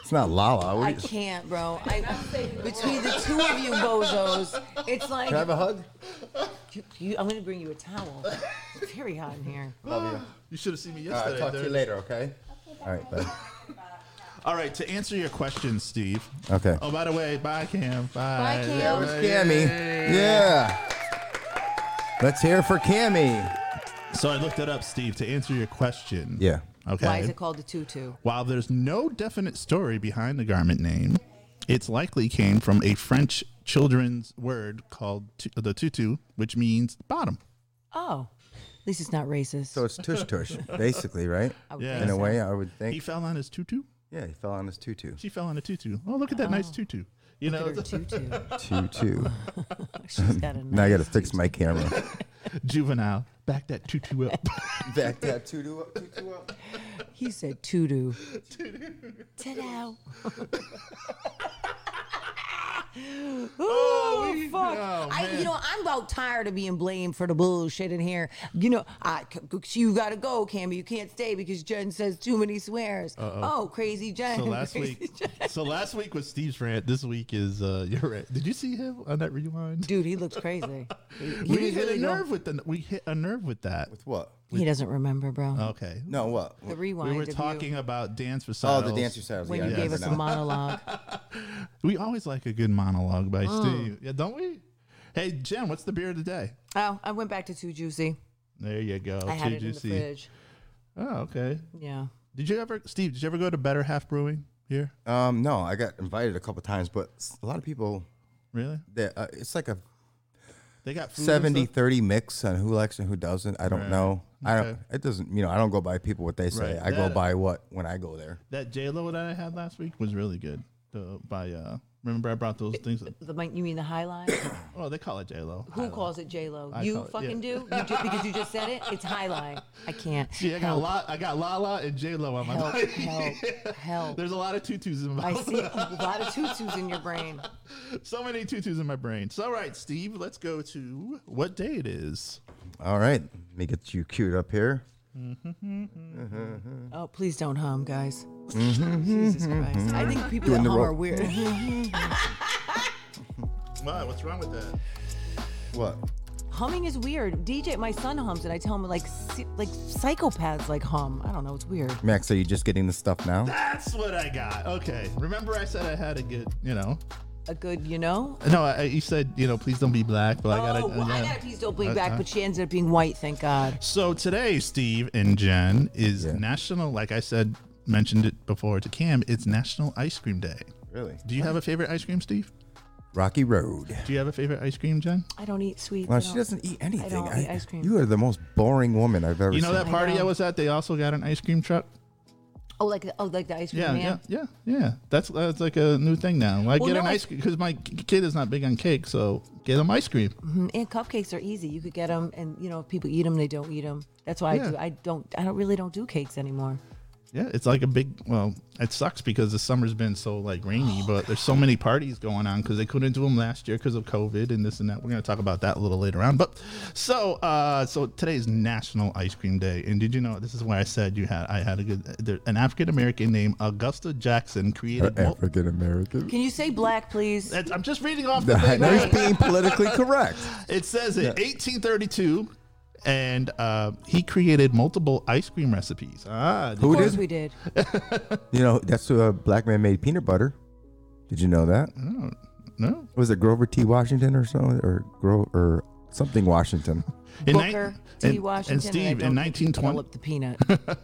C: It's not Lala. What are
F: I
C: you-
F: can't, bro. I, between the two of you bozos, it's like
C: Can I have a hug?
F: you, you- I'm gonna bring you a towel. It's very hot in here.
C: Love you.
E: you should have seen me
C: All right,
E: yesterday.
C: talk to you
E: dude.
C: later, okay? All right, bye.
E: All right. To answer your question, Steve.
C: Okay.
E: Oh, by the way, bye, Cam. Bye.
F: Bye, Cam.
C: That was Cammy. Yeah. Let's hear for Cammy.
E: So I looked it up, Steve, to answer your question.
C: Yeah.
E: Okay.
F: Why is it called a tutu?
E: While there's no definite story behind the garment name, it's likely came from a French children's word called tu- the tutu, which means bottom.
F: Oh, at least it's not racist.
C: So Oh, it's tush (laughs) tush, basically, right?
F: I would
E: Yeah.
F: think
C: In a
F: so.
C: way, I would
E: He
C: think.
E: fell on his tutu.
C: Yeah, he fell on his tutu.
E: She fell on a tutu. Oh, look at that nice tutu. You
F: Look
E: know,
F: at her
C: (laughs)
F: tutu.
C: Tutu.
F: She's got a
C: Now I
F: nice-
C: gotta fix my camera.
E: (laughs) juvenile. Back that
F: (laughs)
E: tutu up.
C: (laughs) Back that tutu up, tutu up.
F: He said tutu. Tutu. Oh, fuck. I, you know, I'm about tired of being blamed for the bullshit in here. You know, I, you gotta go, Cammy. You can't stay because Jen says too many swears. oh crazy Jen.
E: so last
F: Crazy
E: week,
F: Jen.
E: so last week was Steve's rant. This week is uh, your rant. Did you see him on that rewind?
F: Dude, he looks
E: (laughs)
F: crazy. He, he was
E: we hit
F: really
E: a
F: going-
E: nerve with the. We hit a nerve with that.
C: With what?
F: He doesn't remember, bro.
E: Okay.
C: No, what?
F: the rewind.
E: Oh. we were
F: of you
E: talking about dance
C: Oh,
E: recitals.
C: the dance recitals.
F: when
C: yeah,
F: you
C: I
F: gave us
C: remember
F: a
C: now.
E: (laughs)
F: monologue.
E: We always like a good monologue by Steve. Yeah, don't we? Hey, Jen, what's the beer of the day?
F: Oh, I went back to too juicy.
E: There you go.
F: I had
E: Oh, Too
F: it
E: juicy.
F: in the fridge.
E: Oh, okay.
F: Yeah.
E: Did you ever, Steve? Did you ever go to Better Half Brewing here?
C: Um, no, I got invited a couple times, but s- a lot of people
E: Really?
C: that uh, it's like a
E: They got food and
C: 70
E: stuff?
C: 30 mix on who likes and who doesn't i don't know i don't
E: Okay.
C: it doesn't you know i don't go by people what they say
E: Right.
C: i go
E: That-
C: by what when i go there
E: That J Lo that I had last week was really good. The, by uh, Remember, I brought those things.
F: The mic- you mean the high line?
E: Oh, they call it J Lo.
F: Who calls it J Lo?
E: I
F: You
E: call it-
F: fucking
E: yeah.
F: do? You ju- because you just said it. It's high line. I can't.
E: See, I got
F: Help.
E: La, I got La La and J Lo on my
F: Help,
E: mind. (laughs)
F: help, help.
E: There's a lot of tutus in my.
F: I
E: (laughs)
F: see a lot of tutus in your brain.
E: so many tutus in my brain. So, all right, Steve, let's go to what day it is.
C: All right, let me get you queued up here.
E: Mm-hmm.
F: Oh, please don't hum, guys. Jesus Christ. I think people
C: Doing
F: that
C: the
F: hum
C: ro-
F: are weird.
E: Wow, what's wrong with that?
C: (laughs) What?
F: Humming is weird. DJ, my son hums, and I tell him like, si- like psychopaths like hum. I don't know. It's weird.
C: Max, are you just getting the stuff now?
E: That's what I got. Okay. Remember, I said I had a good, you know.
F: A good, you know.
E: No, I, you said you know, please don't be black, but I gotta.
F: oh, well, I
E: yeah.
F: got a piece don't bleed back, but she ended up being white. Thank God.
E: So today, Steve and Jen is
C: Yeah.
E: national. Like I said, mentioned it before to Cam. It's National Ice Cream Day.
C: Really?
E: Do you have a favorite ice cream, Steve?
C: Rocky Road.
E: Do you have a favorite ice cream, Jen?
F: I don't eat sweets. I
C: Well, she
F: don't-
C: doesn't eat anything.
F: don't eat ice cream.
C: You are the most boring woman I've ever
E: You know
C: seen.
E: that party I
F: know.
E: was at? They also got an ice cream truck.
F: Oh, like the, oh, like the ice cream
E: Yeah,
F: man.
E: yeah, yeah, yeah. That's that's like a new thing now. I
F: Well,
E: get
F: no,
E: an
F: I-
E: ice cream because my k- kid is not big on cake, so get him ice cream.
F: Mm, And cupcakes are easy. You could get them, and you know, if people eat them, they don't eat them. That's why
E: Yeah.
F: I do. I don't. I don't really don't do cakes anymore.
E: Yeah, it's like a big. Well, it sucks because the summer's been so like
F: Oh,
E: rainy, but there's so many parties going on because they couldn't do them last year because of COVID and this and that. We're gonna talk about that a little later on. But so, uh, so today's National Ice Cream Day, and did you know this is why I said you had I had a good there, an African American named Augusta Jackson created. mul-
C: African
F: (laughs)
C: American. (laughs)
F: Can you say black, please?
E: That's- I'm just reading off the
C: I
E: thing.
C: know he's
E: right?
C: being politically correct.
E: It says it 1832, and uh, he created multiple ice cream recipes. Ah,
C: Who
F: of course
C: did?
F: we did.
C: You know, that's who a black man made peanut butter. Did you know that?
E: no.
C: Was it Grover T. Washington or something? Or Gro or something (laughs) Washington?
E: In nine-
F: Booker
E: and-
F: T. Washington.
E: and
F: I
E: Steve
F: don't
E: in
F: think he
E: 1920.
F: developed the
E: (laughs)
F: peanut.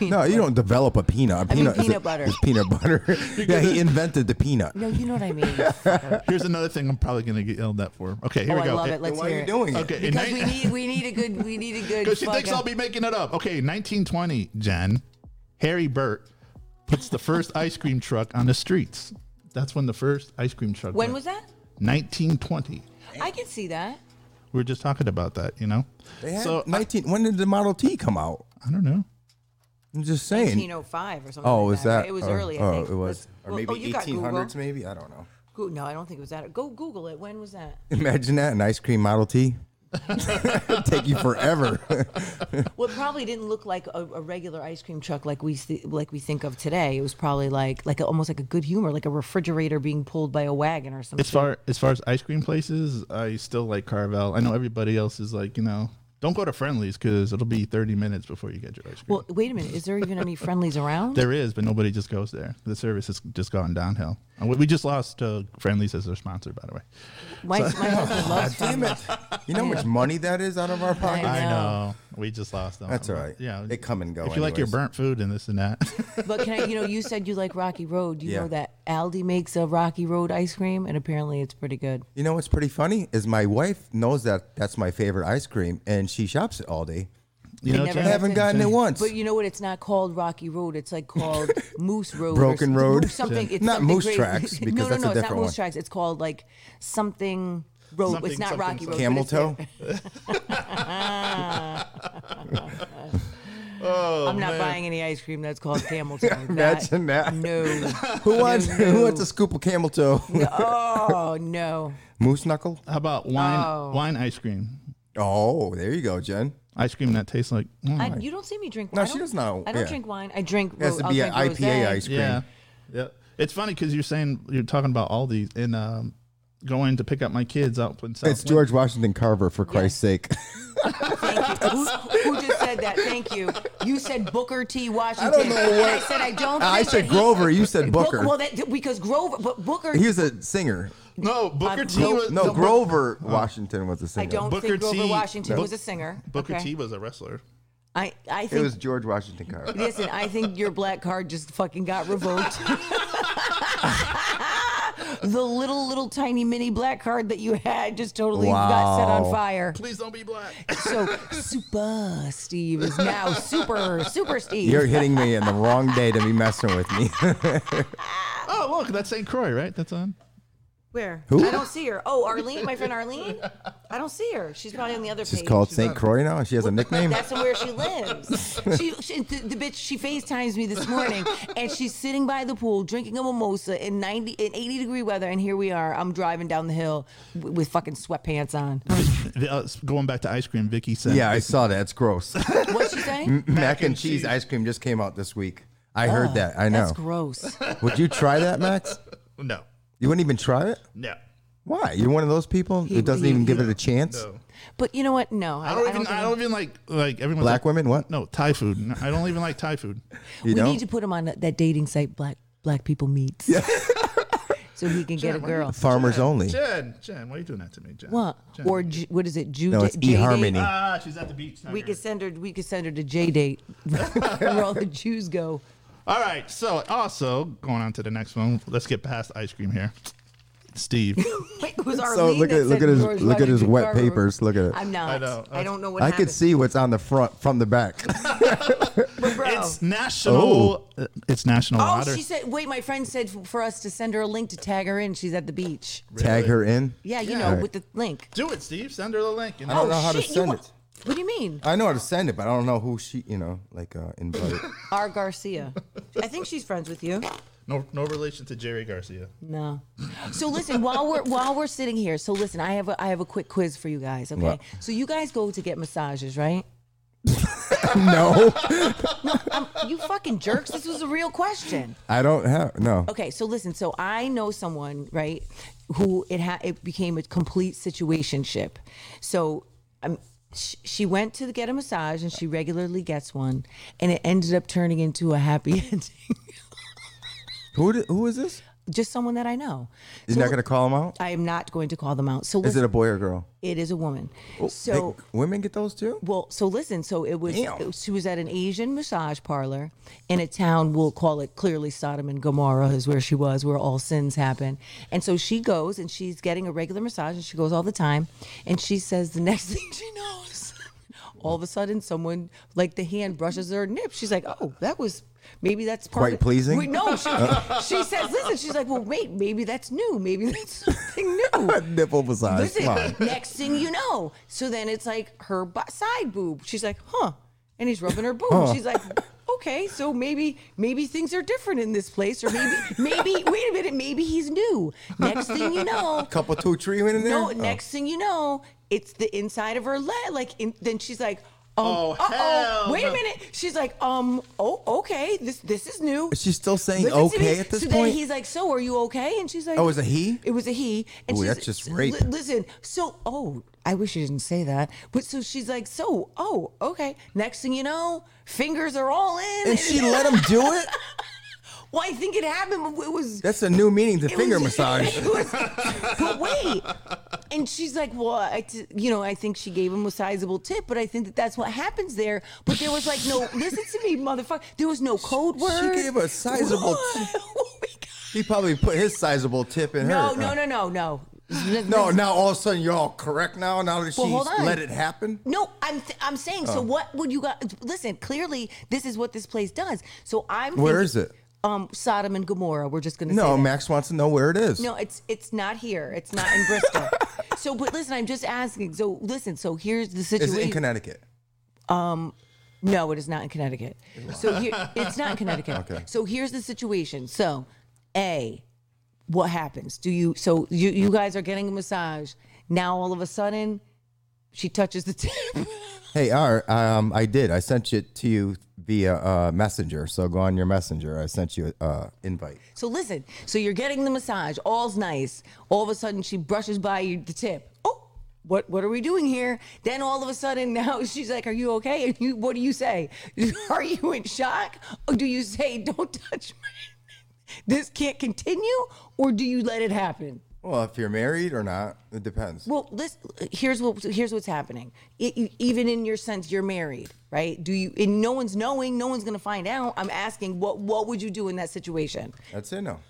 C: No, you don't develop a peanut. A
F: I mean
C: peanut, is
F: peanut
C: a-
F: butter.
C: is peanut (laughs) butter. yeah, he invented the peanut.
F: No, you know what I
E: (laughs)
F: mean. Fucker.
E: Here's another thing I'm probably gonna get yelled at for. Okay, here
F: oh,
E: we
F: I
E: go.
F: love it. Let's
C: Why are
F: hear
C: you
F: it.
C: doing it?
E: okay, in
F: Because we
E: nine-
F: need we need a good we need a good.
E: 'cause she thinks
F: fucking-
E: I'll be making it up. Okay, 1920, Jen, Harry Burt puts the first ice cream truck on the streets. That's when the first ice cream truck.
F: When was that?
E: 1920.
F: I can see that.
E: We were just talking about that, you know.
C: They had
E: so I,
C: 19. When did the Model T come out?
E: I don't know.
C: I'm just saying.
F: 1905 or something.
C: Oh,
F: like
C: was that?
F: It was
C: oh,
F: early.
C: Oh,
F: I think.
C: it was.
F: Let's-
C: Or
F: well,
C: maybe
F: oh, you got Google.
C: 1800s, maybe? I don't know.
F: Go- No, I don't think it was that. Go Google it. When was that?
C: (laughs) Imagine that an ice cream Model (laughs) T. Take you forever.
F: Well, it probably didn't look like a, a regular ice cream truck like we see, like we think of today. It was probably like like a, almost like a good humor, like a refrigerator being pulled by a wagon or something.
E: As far as far as ice cream places, I still like Carvel. I know everybody else is like, you know, don't go to Friendlies because it'll be 30 minutes before you get your ice cream.
F: Well, wait a minute. Is there even any friendlies around?
E: there is, but nobody just goes there. The service has just gone downhill. And we- we just lost uh, Friendlies as their sponsor, by the way.
F: My,
C: (laughs)
F: my husband loves
C: Damn
F: friendlies.
C: it. You know how much money that is out of our pocket?
E: I
F: know.
E: know we just lost them.
C: That's all
E: But,
C: right.
E: Yeah,
C: They come and go
E: If you like your
C: anyways.
E: burnt food and this
F: (laughs)
E: and that,
F: But can I? You know, you said you like Rocky Road. You
C: Yeah.
F: know that Aldi makes a Rocky Road ice cream, and apparently it's pretty good.
C: You know what's pretty funny is my wife knows that that's my favorite ice cream, and she shops it all day.
F: They
E: you know,
F: never
C: I
E: Jen?
F: That's
C: haven't
F: it.
C: gotten it once.
F: But you know what? It's not called Rocky Road. It's like
C: (laughs)
F: called Moose Road. or
C: Broken
F: s-
C: Road.
F: Moose something. It's
C: Not
F: something
C: Moose
F: crazy.
C: Tracks,
F: (laughs) no, no,
C: because that's a
F: no. it's
C: different
F: not Moose
C: one.
F: Tracks. It's called like something road.
E: Something,
F: it's not
E: something,
F: Rocky Road.
E: something.
F: but
C: Camel
F: it's there.
C: toe?
F: I'm not
C: (laughs)
F: buying any ice cream that's called Camel toe. That-
C: Imagine that.
F: No. (laughs)
C: (laughs) Who wants,
F: No,
C: who wants
F: no.
C: a scoop of camel
F: (laughs)
C: toe?
F: Oh no.
C: Moose knuckle?
E: how about wine?
F: Oh.
E: Wine ice cream.
C: Oh, there you go, Jen.
E: Ice cream that tastes like. mm,
F: I, you don't see me drink.
C: No,
F: I
C: she
F: don't-
C: does not.
F: I don't
C: Yeah.
F: drink wine. I drink.
C: It has
F: ro-
C: to
F: I'll
C: be an
F: drink
C: IPA
F: rosé.
C: ice cream.
E: Yeah, yeah. It's funny because you're saying you're talking about all these and um, going to pick up my kids out in South.
C: It's George Washington Carver, for Christ's sake.
F: Thank
C: (laughs)
F: you. Who, who just said that? Thank you. You said Booker T. Washington. And
C: know
F: I
C: what-
F: said I don't.
C: (laughs) I
F: think
C: said
F: that he-
C: Grover, you said
F: Book- (laughs)
C: Booker.
F: well, that, because Grover, but Booker.
C: He was a singer.
E: No, Booker
F: I've-
E: T.
F: no-
E: was,
C: No,
E: Book-
C: Grover Washington was a singer.
F: I don't
E: Booker
F: think Grover
E: T-
F: Washington
E: No.
F: was a singer.
E: Booker
F: okay.
E: T. was a wrestler.
F: I, I
C: It
F: think.
C: was George
F: (laughs)
C: Washington Carver.
F: listen, I think your black card just fucking got revoked. (laughs) the little, little, tiny, mini black card that you had just totally got set
C: Wow.
F: on fire.
E: Please don't be black. (coughs)
F: So super Steve is now super, super Steve.
C: You're hitting me (laughs) in the wrong day to be messing with me.
E: oh, look, that's St. Croix, right? That's on.
F: Where?
C: Who?
F: I don't see her. Oh, Arlene, my friend Arlene. I don't see her. She's probably on the other
C: She's
F: page.
C: called St. Croix now. She has a nickname.
F: That's where she lives. She, she the, the bitch. She FaceTimes me this morning, and she's sitting by the pool drinking a mimosa in ninety in eighty degree weather. And here we are. I'm driving down the hill w- with fucking sweatpants on.
E: The- uh, s- going back to ice cream, Vicky said.
C: Yeah, I saw that. It's gross.
F: (laughs) What's she saying?
C: Mac and cheese ice cream just came out this week. I heard that. I know.
F: Ah, That's gross.
C: Would you try
F: (laughs)
C: that, Max?
E: no,
C: You wouldn't even try it?
E: no.
C: Why? You're one of those people who doesn't
F: he-
C: even give it a chance?
F: But you know what? No,
E: I don't even.
F: think
E: I
F: I'm-
E: don't even like like everyone.
C: Black
E: like,
C: women? What?
E: No, Thai food. No, I don't even like Thai food.
C: You
F: we
C: don't?
F: need to put him on that, that dating site, Black Black People Meets. (laughs) so he can get a girl.
C: Farmers only.
E: Jen, Jen, why are you doing that to me, Jen?
F: What?
E: Jen.
F: Or J- what is it? Jew
C: No,
F: da-
C: it's
F: J date?
C: eHarmony.
E: Ah, she's at the beach.
F: We could send her. We could send her to J date, (laughs) where all the Jews go.
E: All right. So also going on to the next one. Let's get past ice cream here.
F: (laughs)
E: Steve,
F: Wait, it was
C: So
F: Arlene
C: look
F: that
C: at- look
F: said
C: at his-
F: George
C: look at his
F: Washington
C: wet
F: Carver.
C: papers. Look at it.
F: I'm not. I,
E: I know.
F: don't know what
C: I
F: happened.
C: could see what's on the front from the
F: (laughs)
C: back.
F: But bro.
E: it's national. It's national
F: oh,
E: water.
F: she said. Wait, my friend said f- for us to send her a link to tag her in. She's at the beach.
C: Tag her in.
F: Yeah, you
E: Yeah.
F: know,
E: Alright.
F: with the link.
E: Do it, Steve. Send her the link. And
C: I don't
F: Oh,
C: know how to
F: shit, you
C: send
F: wa-
C: it.
F: What do you mean,
C: I know how to send it, but I don't know who she, you know, like uh,
F: (laughs)
C: invited.
F: R. Garcia? I think she's friends with you.
E: No, no relation to Jerry Garcia.
F: No. So listen, while we're while we're sitting here, so listen, I have a I have a quick quiz for you guys. Okay.
C: What?
F: So you guys go to get massages, right?
C: (laughs) no,
F: You fucking jerks. This was a real question.
C: I don't have. No.
F: Okay, so listen. So I know someone, right, who it ha- it became a complete situationship. So um, sh- she went to get a massage, and she regularly gets one, and it ended up turning into a happy (laughs) ending.
C: Who, di- who is this?
F: Just someone that I know.
C: You're
F: So
C: not going to call him out?
F: I am not going to call them out. So
C: Is
F: listen,
C: it a Oh, boy or girl?
F: it is a woman.
C: They-
F: So.
C: women get those too?
F: Well, so listen. So it was.
C: Damn.
F: it was- she was at an Asian massage parlor in a town. We'll call it clearly Sodom and Gomorrah is where she was, where all sins happen. And so she goes and she's getting a regular massage, and she goes all the time. And she says the (laughs) next thing she knows, all of a sudden, someone like the hand brushes her nip. She's like, "Oh, that was." Maybe that's part
C: Quite
F: of-
C: pleasing?
F: Wait, no, she, she says, "Listen." She's like, "Well, wait, maybe that's new. Maybe that's (laughs) something
C: (laughs)
F: new."
C: Nipple massage.
F: Listen,
C: Wow.
F: next thing you know, so then it's like her bu- side boob. She's like, huh? And he's rubbing her boob. She's like, okay, so maybe maybe things are different in this place, or maybe maybe wait a minute, maybe he's new. Next thing you
C: (laughs)
F: know,
C: (laughs) Couple two tree went in there?
F: no,
C: Oh.
F: next thing you know, it's the inside of her leg. Like in, then she's like. Um,
E: Oh,
F: uh-oh,
E: hell
F: Wait a
E: no.
F: minute. She's like, um, oh, okay. This this is new.
C: Is she still saying
F: Listen to me.
C: okay at this
F: so
C: point?
F: then he's like, "So are you okay?" And she's like,
C: Oh, is it he?
F: It was a he." And
C: Ooh,
F: she's-
C: that's just rape.
F: li- listen, so oh, I wish you didn't say that. But so she's like, "So oh, okay." Next thing you know, fingers are all in.
C: and she let him do it?
F: (laughs) well, I think it happened. But it was
C: That's a new meaning to
F: it
C: finger
F: was- (laughs)
C: massage.
F: it was- but wait, and she's like, "Well, I t- you know, I think she gave him a sizable tip, but I think that that's what happens there." But there was like no, listen to me, motherfucker. There was no code word.
C: gave a sizable
F: What?
C: tip.
F: (laughs) Oh my God.
C: He probably put his sizable tip in
F: No,
C: her.
F: no, no, no, no.
C: uh. No, now all of a sudden you're all correct now. Now that she
F: Well, hold on.
C: let it happen.
F: No, I'm th- I'm saying.
C: Oh.
F: So what would you got? Listen, clearly this is what this place does. So I'm.
C: Where
F: thinking-
C: is it?
F: Um, Sodom and Gomorrah. We're just gonna. say
C: No,
F: that.
C: Max wants to know where it is.
F: No, it's it's not here. It's not in
C: (laughs)
F: Bristol. so, but listen, I'm just asking. So listen. So here's the
C: Is
F: situation.
C: it in Connecticut?
F: No, it is not in Connecticut. So here, it's
C: (laughs)
F: not in Connecticut.
C: Okay.
F: So here's the situation. So, A, what happens? Do you so you you guys are getting a massage. Now all of a sudden, she touches the (laughs) tip.
C: Hey, R, um, I did. I sent it to you via uh, messenger. So go on your messenger. I sent you an uh, invite.
F: so listen. So you're getting the massage. All's nice. All of a sudden, she brushes by you the tip. Oh. What, what are we doing here? Then all of a sudden (laughs) now she's like, "Are you okay?" And you, what do you say? (laughs) Are you in shock? Or do you say, "Don't touch me. (laughs) This can't continue," or do you let it happen?
C: Well, if you're married or not, it depends.
F: Well, this here's what here's what's happening. It, you, even in your sense, you're married, right? Do you? And no one's knowing. No one's gonna find out. I'm asking, what what would you do in that situation?
C: That's it, (laughs) no.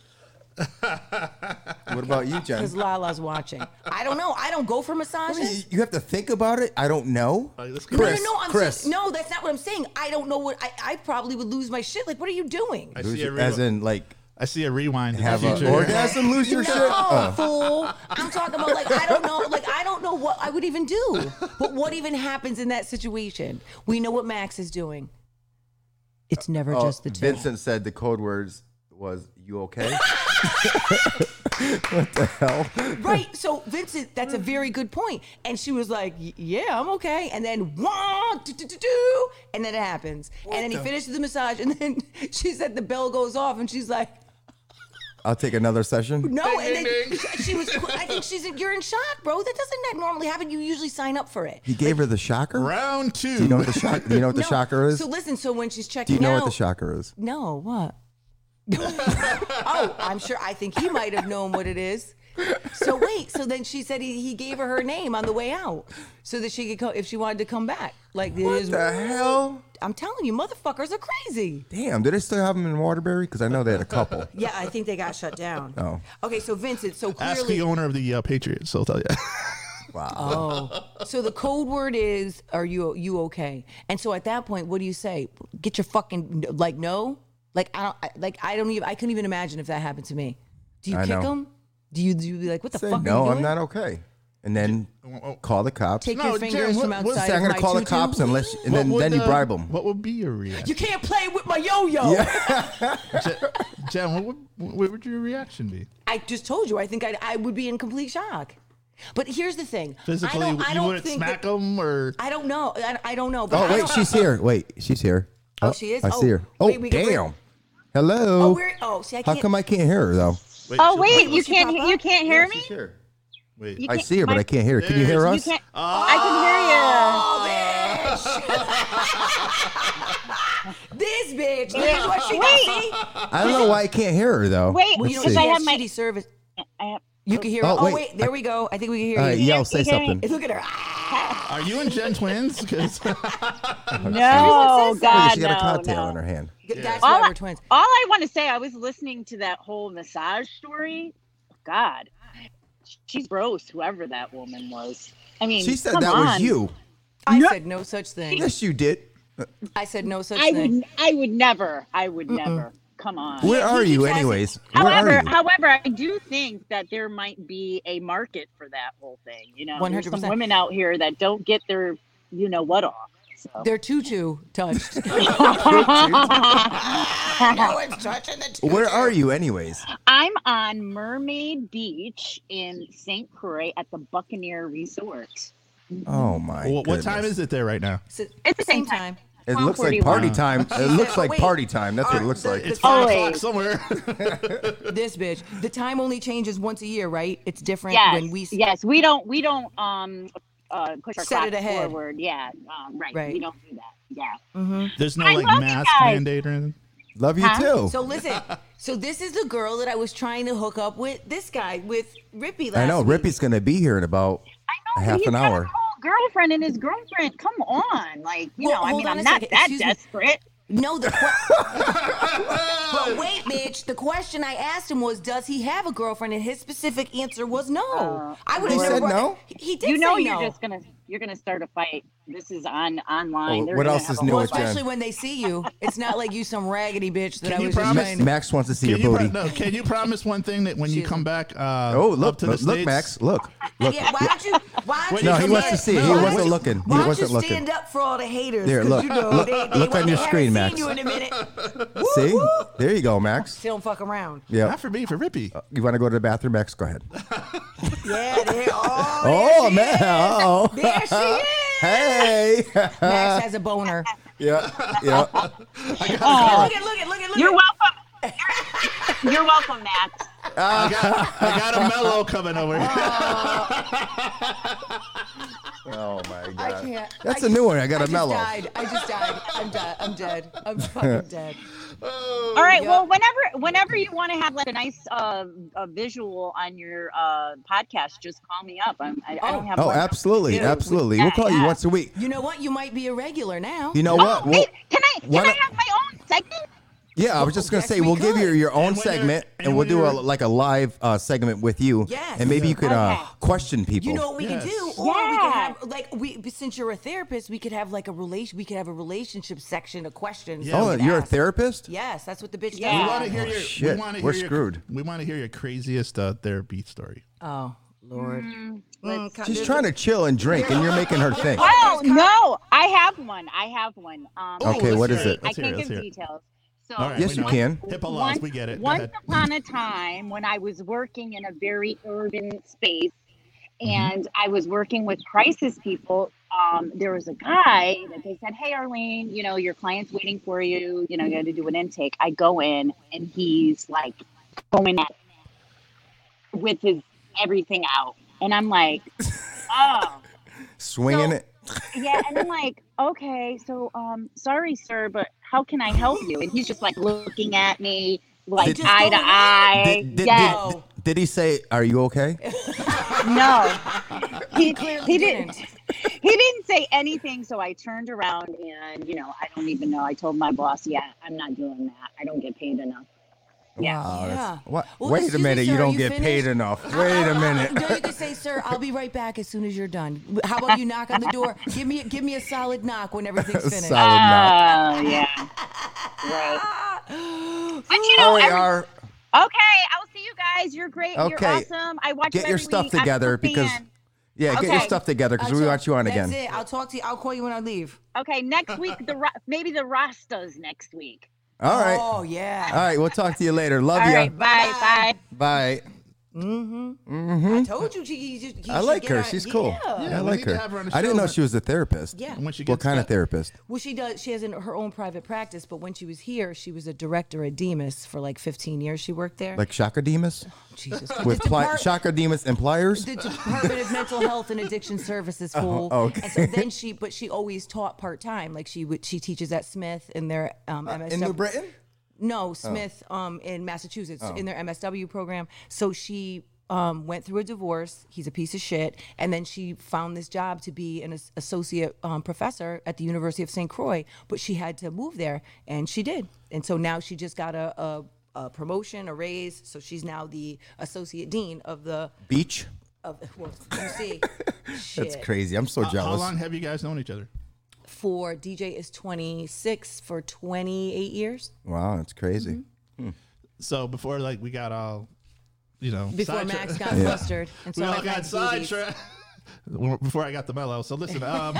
C: what about you, Jen?
F: Because Lala's watching. I don't know. I don't go for
C: I mean,
F: massages.
C: You have to think about it. I don't know.
E: let's go.
C: Chris,
F: no, no, no. I'm
C: Chris.
F: saying- no, that's not what I'm saying. I don't know what I, I probably would lose my shit. Like, what are you doing?
E: I
C: Who's-
E: see everyone.
C: as in, like,
E: I see a rewind in
C: Have
E: the
C: an
E: future.
C: orgasm, lose your
F: no,
C: shit. Oh.
F: fool. I'm talking about like I don't know, like I don't know what I would even do. But what even happens in that situation? We know what Max is doing. It's never
C: Oh,
F: just the two.
C: Vincent said the code words was "you
F: (laughs)
C: okay?" what the hell?
F: Right. So Vincent, that's a very good point. And she was like, "Y- "Yeah, I'm okay." And then wah, do, do, do, do, and then it happens. and then he finishes the massage, and then (laughs) she said the bell goes off, and she's like,
C: I'll take another session.
F: "No." and then she was. I think she's. You're in shock, bro. That doesn't that normally happen. You usually sign up for it.
C: He gave her the shocker.
E: Round two.
C: Do you know what the shock? Do you know what the
F: (laughs) No,
C: shocker is?
F: So listen. So when she's
C: Do
F: checking
C: you know
F: out,
C: what the shocker is?
F: No, what? (laughs) oh, I'm sure. I think he might have known what it is. So wait. So then she said he, he gave her her name on the way out, so that she could co- if she wanted to come back. Like it
C: What
F: is-
C: the hell?
F: I'm telling you, motherfuckers are crazy.
C: Damn, do they still have them in Waterbury? Because I know they had
F: (laughs)
C: a couple.
F: Yeah, I think they got shut down.
C: Oh.
F: Okay, so Vincent. So
E: Ask
F: clearly.
E: the owner of the uh, Patriots.
C: (laughs)
E: They'll tell you.
C: Wow.
F: Oh, so the code word is "Are you you okay?" And so at that point, what do you say? Get your fucking like no, like I don't I- like I don't even I couldn't even imagine if that happened to me. Do you
C: I
F: kick
C: know.
F: him? Do you do you be like what the
C: Say
F: fuck? are
C: no,
F: you
C: I'm
F: doing?"
C: not okay. And then
E: Oh,
C: call the cops.
F: Take
E: No,
F: your
E: Jen,
F: fingers
E: what-
F: from
E: what's
F: outside.
C: Say, I'm
F: of
C: gonna
F: my
C: call the
F: tutu."
C: cops unless, and
E: What
C: then,
E: would,
C: then you
E: uh,
C: bribe them. (laughs)
E: What would be your reaction?
F: You can't play with my yo-yo.
E: Jen, what would, what would your reaction be?
F: I just told you. I think I I would be in complete shock. But here's the thing.
E: Physically,
F: I don't, I
E: you
F: don't
E: wouldn't
F: think
E: smack
F: that-
E: them or
F: I don't know. I, I don't know. But
C: Oh
F: I
C: wait,
F: don't-
E: (laughs)
C: she's here. Wait, she's here.
F: Oh, she is?
C: I see her.
F: Oh,
C: Oh,
F: wait, we can-
C: damn. Hello.
F: Oh, we're, oh, see, I
C: How
F: can't-
C: come I can't hear her though?
A: Oh wait, you
F: she
A: can't
F: pop
A: he-
F: up?
A: you can't hear me.
C: here.
E: wait.
A: You
C: I
A: can't-
C: see her, but
A: my-
C: I can't hear her. Can you hear
A: You
C: us?
A: can't. I can hear you.
F: (laughs) This bitch. Look at what she got. See?
C: I don't know why I can't hear her though.
A: Wait,
F: Well,
C: Let's
F: you know,
A: Let's
F: she
C: see.
A: I
F: has
A: have my-
F: shitty service.
A: I have-
F: You can hear.
C: Oh,
F: Oh,
C: wait.
F: wait. There we go. I think we can hear
C: All right,
F: you.
C: yell, say
A: you hear me?
C: something.
F: Look at her. Ah,
E: Are you and Jen twins? 'Cause-
F: Everyone
I: No,
F: says that.
I: God,
C: she
I: no,
C: got a cocktail
I: no.
C: in her hand.
F: That's
I: All,
F: why
I: I,
F: we're twins.
I: all I want to say, I was listening to that whole massage story. God, she's gross. Whoever that woman was. I mean,
C: She said
I: come
C: that
I: on.
C: was you.
F: I said no such thing.
C: Yes, you did.
F: I said no such
I: I
F: thing.
I: would, I would never. I would never. Come on.
C: Where are
F: keeps
C: you,
F: asking-
C: anyways? Where are
I: However,
C: you?
I: however, I do think that there might be a market for that whole thing. You know, there's some
F: 100%.
I: women out here that don't get their, you know, what off. So.
F: Their tutu
I: (laughs)
F: touched. (laughs)
C: Where are you, anyways?
I: I'm on Mermaid Beach in St. Croix at the Buccaneer Resort.
C: Oh (laughs) my.
E: (laughs) What, what time
C: goodness.
E: is it there right now?
F: It's
I: It's
F: the same time.
C: It looks like
I: 12:41.
F: (laughs)
C: party time. It looks
F: but
C: like
F: wait.
C: party time. That's what it looks like.
E: It's five
I: Oh, wait.
E: o'clock somewhere. (laughs)
F: This bitch. The time only changes once a year, right? It's different
I: Yes,
F: when we.
I: yes, we don't we don't um uh push our
F: Set
I: clock
F: it ahead.
I: forward. Yeah, um, right.
F: Right. Mm.
I: We don't do that. Yeah.
E: There's no
I: I
E: like
I: love you
E: mask
I: guys.
E: mandate or anything.
C: Love you too.
F: So listen. So this is the girl that I was trying to hook up with. This guy with Rippy last
C: I know
F: week.
C: Rippy's gonna be here in about
I: I know.
C: Half
I: he's
C: an
I: got a
C: hour.
I: whole girlfriend and his girlfriend. Come on, like you
F: Well,
I: know. I
F: hold
I: mean,
F: on
I: I'm
F: a
I: not
F: second.
I: that
F: Excuse me.
I: desperate.
F: No, the que-
C: (laughs)
F: but wait, bitch. The question I asked him was, does he have a girlfriend? And his specific answer was no. I would have
C: He
F: never
C: said
F: brought-
C: no?
F: He, he did.
I: Oh. You know,
F: say
I: you're
F: no.
I: just gonna you're gonna start a fight. This is on online.
C: Oh,
I: They're
C: what
I: gonna
C: else
I: have
C: is
I: a
C: new
I: whole
C: with
I: fight.
F: Especially when they see you, it's not like you some raggedy bitch that
E: Can
F: I
E: you
F: was just
E: promise-
F: trying. to-
C: Max wants to see
E: Can
C: your
E: you,
C: booty.
E: pro- no, can you promise one thing that when you
F: Jeez.
E: come back? Uh,
C: Oh,
E: up
C: look,
E: to
C: look,
E: the
C: look,
E: States-
C: Max, look, look.
F: Yeah, why don't you? Why don't
E: No,
F: you
E: he
F: come
E: wants
F: in-
E: to see it. He
F: why don't
E: wasn't
F: you-
C: looking. He
F: Why don't
C: wasn't
F: you
C: looking.
F: stand up for all the haters?
C: Here,
F: 'Cause
C: look,
F: you know,
C: look,
F: they, they
C: look
F: want-
C: on your
F: they haven't
C: screen,
F: seen
C: Max.
F: You in a minute.
C: See, there you go, Max.
F: They (laughs) don't fuck around.
C: Yeah,
E: Not for me, for Rippy.
C: you want to go to the bathroom, Max?
F: (laughs)
C: Go ahead.
F: Yeah, they, oh, there
C: Oh
F: she
C: man,
F: is.
E: (laughs)
C: oh.
F: There she is.
C: (laughs) Hey, (laughs)
F: Max has a boner.
C: yeah, yeah.
F: Look at, look at, look at, look
I: You're
F: at.
I: welcome. You're, you're welcome, Max.
E: I, got, I got a mellow coming over.
C: Oh my
F: I
C: god,
F: can't.
C: that's
F: I
C: a new one. I
F: I
C: got a
F: just
C: mellow.
F: died. I just died. I'm dead. I'm dead.
C: (laughs)
F: I'm fucking dead.
I: All right.
F: Yeah.
I: Well, whenever whenever you want to have like a nice uh, a visual on your uh, podcast, just call me up. I'm, I, I don't have.
C: Oh,
I: hard-
C: absolutely,
I: Dude,
C: absolutely.
F: (laughs)
C: We'll call you
I: yeah.
C: once a week.
F: You know what? You might be a regular now.
C: You know
I: Oh,
C: what? We'll-
I: wait, can I can
C: why
I: I
C: not-
I: have my own segment?
C: Yeah, I was just gonna
F: yes,
C: say
F: we
C: we'll give you
F: could.
C: your own
E: And when you're-
C: segment,
E: and
C: and, we'll
E: when
C: do a,
E: you're-
C: like a live uh, segment with you.
F: Yes.
C: and maybe you could uh,
I: Okay.
C: question people.
F: You know what we
E: Yes.
F: could do, or we could
I: Yeah.
F: have like we since you're a therapist, we could have like a relation. We could have a relationship section of questions. that
C: oh,
F: we could
C: you're a
F: ask.
C: therapist.
F: Yes, that's what the bitch
I: Yeah.
E: We
I: We
F: does.
E: want to hear
C: Oh,
E: your.
C: shit.
E: We want to
C: We're
E: hear
C: screwed.
E: Your, we want to hear your craziest uh, therapy story.
F: Oh Lord,
C: She's trying to chill and drink, and you're
F: (laughs)
C: making her think.
I: Oh no, I have one. I have one. Um,
E: Oh,
C: Okay,
E: let's
C: what
E: hear
C: is it?
I: I
E: Let's hear
I: can't
E: let's
I: give
E: hear
I: details. So
E: All right,
C: Yes,
E: we
C: you
E: know.
C: can.
E: HIPAA laws,
I: Once,
E: we get it. Go
I: Once
E: ahead.
I: upon a time, when I was working in a very urban space
E: Mm-hmm.
I: and I was working with crisis people, um, there was a guy that they said, Hey, Arlene, you know, your client's waiting for you. You know, you got to do an intake. I go in and he's like going at it with his everything out. And
E: (laughs)
I: I'm like, Oh.
C: Swinging it.
I: Yeah, and I'm like, okay, so um, sorry, sir, but how can I help you? And he's just like looking at me, like
C: Did-
I: eye to eye.
C: Did, did,
I: yes,
C: did, did he say, "Are you
F: (laughs)
C: okay"?
I: no,
C: (laughs)
I: he,
F: clearly
I: he didn't. He didn't say anything, so I turned around and you know I don't even know. I told my boss, yeah, I'm not doing that. I don't get paid enough. Yeah.
C: Wow, Oh, that's-
F: Yeah.
C: what-
F: Well,
C: wait a
F: excuse me,
C: minute,
F: sir,
C: you
F: are
C: don't
F: you
C: get paid
F: finished?
C: enough. Wait a
F: (laughs) No, you
C: minute.
F: can say, "Sir, I'll be right back as soon as you're done." How about you knock on the door?
C: (laughs)
F: Give me, give me a solid knock when everything's finished.
C: Solid knock.
I: Oh yeah, right.
C: (laughs)
I: But you know,
C: All right,
I: every-
C: our,
I: okay, I'll see you guys. You're great.
C: Okay.
I: You're awesome. I watch you
C: get your
I: every
C: stuff
I: week. I'm a
C: together because
I: fan.
C: yeah, get your
I: Okay.
C: stuff together because
F: I'll
C: we
F: talk-
C: want you on again.
F: That's it. I'll talk to you. I'll call you when I leave.
I: Okay, next week the Ra- maybe the Rastas next week.
C: All right, Uh-huh. all
F: Oh yeah.
C: right, we'll talk to you later. Love
I: All
C: you.
I: right, bye bye.
C: Bye.
F: I told you she. You just, you
C: I
F: should
C: like
F: get
C: her.
F: on-
C: She's cool.
F: Yeah.
E: Yeah,
C: I
E: we
C: like
E: need to
C: her.
E: have her on the
C: I didn't
E: show,
C: know
E: but-
C: she was a therapist.
F: Yeah.
E: And when she
C: What
E: gets
C: kind of
E: back-
C: therapist?
F: Well, she does. She has an, her own private practice, but when she was here, she was a director at Demas for like 15 years. She worked there.
C: Like
E: (laughs)
C: Shakademus?
F: Jesus.
C: With
F: The
C: pli-
F: depart-
C: Shakademus and pliers?
F: the Department of Mental Health and Addiction
C: (laughs)
F: Services fool.
C: Oh, okay.
F: And so then she, but she always taught part time. Like she would, she teaches at Smith in their um, MSW.
C: In New Britain?
F: No, Smith um, in Massachusetts in their MSW program. So she um, went through a divorce. He's a piece of shit. And then she found this job to be an as- associate um, professor at the University of St. Croix, but she had to move there and she did. And so now she just got a, a, a promotion, a raise. So she's now the associate dean of the,
C: Beach?
F: of, well, you see,
C: That's
F: shit.
C: crazy. I'm so
E: How
C: jealous.
E: long have you guys known each other?
F: For DJ is 26 for 28 years.
C: Wow, that's crazy.
F: Mm-hmm.
E: So before like we got all, you know,
F: Before
E: sidetra- (laughs)
F: Max got flustered and
E: we
F: saw
E: all
F: my
E: got
F: friend's boobies.
E: sidetracked. Well, (laughs) before I got the mellow. So
F: (laughs)
E: listen, um,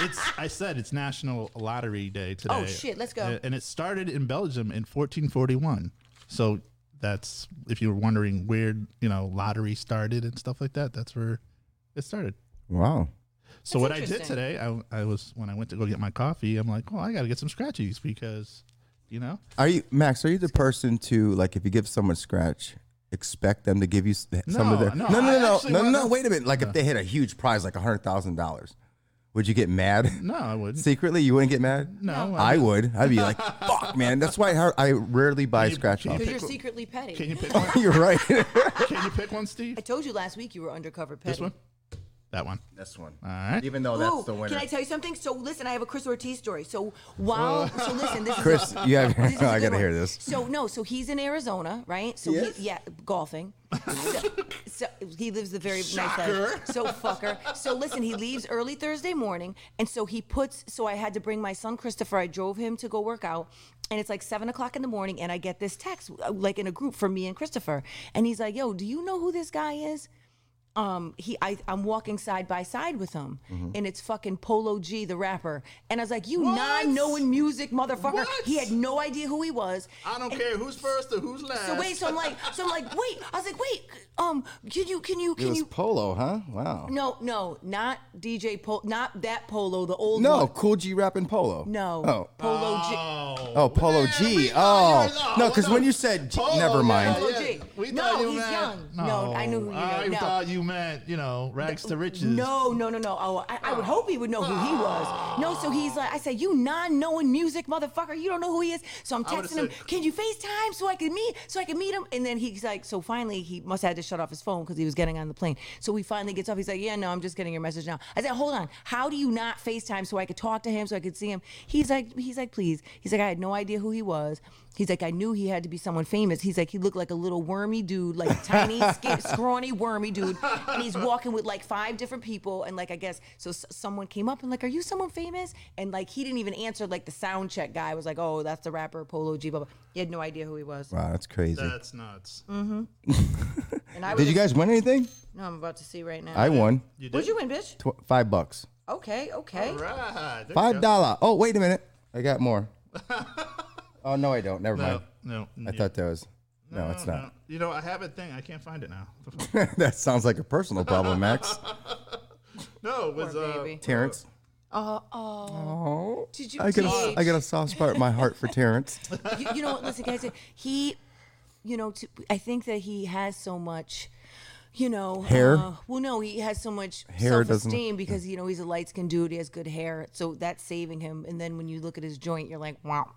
E: it's I said it's National Lottery Day today.
F: Oh, shit, let's go.
E: And, and it started in Belgium in 1441. So that's if you were wondering where you know lottery started and stuff like that. That's where it started.
C: Wow.
E: So
F: That's
E: what I did
F: interesting.
E: today, I, I was when I went to go get my coffee, I'm like, well, I got to get some scratchies because, you know,
C: Are you Max, are you the person to like if you give someone scratch, expect them to give you s- some of
E: No,
C: their
E: no,
C: no no
E: I
C: no
E: actually
C: no,
E: want-
C: no, wait a minute. Like if they hit a huge prize like a hundred thousand dollars, would you get mad?
E: (laughs) no, I wouldn't.
C: Secretly, you wouldn't get mad?
E: no,
C: I would. I'd be
E: (laughs)
C: like, fuck man. That's why I- I rarely buy scratch off.
F: Because you're secretly petty.
E: Can
C: (laughs)
E: you pick one?
C: Oh, You're right.
E: Can you pick one, Steve?
F: (laughs) I told you last week you were undercover petty.
E: This one? That one.
C: this one.
E: All right.
C: Even though Oh, that's
F: Ooh,
C: the winner.
F: can I
C: (laughs)
F: tell you something? So listen, I have a Chris Ortiz story. So while, so listen, this
C: Chris,
F: is a,
C: you (laughs) have-
F: this is a
C: I
F: good
C: gotta
F: one.
C: hear this.
F: So no, so he's in Arizona, right? So
C: Yes.
F: he, yeah, golfing. So, so he lives the very nice life. So fucker. So listen, he leaves early Thursday morning, and so he puts. So I had to bring my son Christopher. I drove him to go work out. And it's like seven o'clock in the morning, and I get this text, uh, like in a group from me and Christopher. And he's like, Yo, do you know who this guy is? um he I, i'm walking side by side with him
C: Mm-hmm.
F: and it's fucking polo g the rapper and i was like you non-knowing music motherfucker
E: What?
F: he had no idea who he was
E: I don't care who's first or who's last.
F: so wait so i'm like so i'm like wait i was like wait um can you can you
C: It
F: can
C: was
F: you
C: polo, huh? Wow.
F: no no not dj polo not that polo the old
C: No,
F: one.
C: Cool G rapping Polo.
F: no
C: Oh.
F: polo g
E: Oh,
C: Oh, Polo
E: man,
C: G.
E: we-
C: Oh.
E: yeah,
C: No, because when you said,
E: Polo,
C: never mind.
E: yeah,
F: Polo
E: yeah.
F: G.
E: We
F: No,
E: thought you
F: he's
E: meant-
F: young. No, I knew who you
E: I
F: meant. No.
E: thought you meant, you know, rags to riches.
F: No, no, no, no. Oh, I, I would hope he would know who he was. No, so he's like, I said, you non-knowing music motherfucker, you don't know who he is. So I'm
E: I would've
F: texting him,
E: said-
F: can you FaceTime so I can meet, so I can meet him? And then he's like, so finally he must have had to shut off his phone because he was getting on the plane. So he finally gets off. He's like, yeah, no, I'm just getting your message now. I said, hold on, how do you not FaceTime so I could talk to him so I could see him? He's like, he's like, please. He's like, I had no idea who he was. He's like, I knew he had to be someone famous. He's like, he looked like a little wormy dude, like tiny, skin, scrawny, wormy dude. And he's walking with like five different people. And like, I guess, so s- someone came up and like, are you someone famous? And like, he didn't even answer. Like, the sound check guy was like, oh, that's the rapper Polo G, blah, blah. He had no idea who he was.
C: Wow, that's crazy.
E: That's nuts.
F: Mm. And I was
C: Did you guys win anything?
F: No, I'm about to see right now.
C: I won
F: What'd you win, bitch?
C: tw- five bucks.
F: Okay, okay.
E: Right. there you
C: Five
E: go.
C: dollar. Oh, wait a minute. I got (laughs) more. oh no, I don't. Never mind.
E: No, no.
C: I
E: you-
C: thought that was. No, it's
E: no.
C: not.
E: You know, I have a thing. I can't find it now.
C: (laughs) that sounds like a personal problem, (laughs) Max.
E: no, it was uh,
F: baby.
C: Terrence.
F: Oh, oh.
C: Oh.
F: Did you
C: I got,
F: TH?
C: a, I got a soft spot in my heart for Terrence.
F: you, you know what? Listen, guys, he, you know, to, I think that he has so much. You know,
C: Hair?
F: Uh, well, no, he has so much
C: Hair doesn't-
F: self-esteem because you know he's a light skinned dude. He has good hair, so that's saving him. And then when you look at his joint, you're like, wow.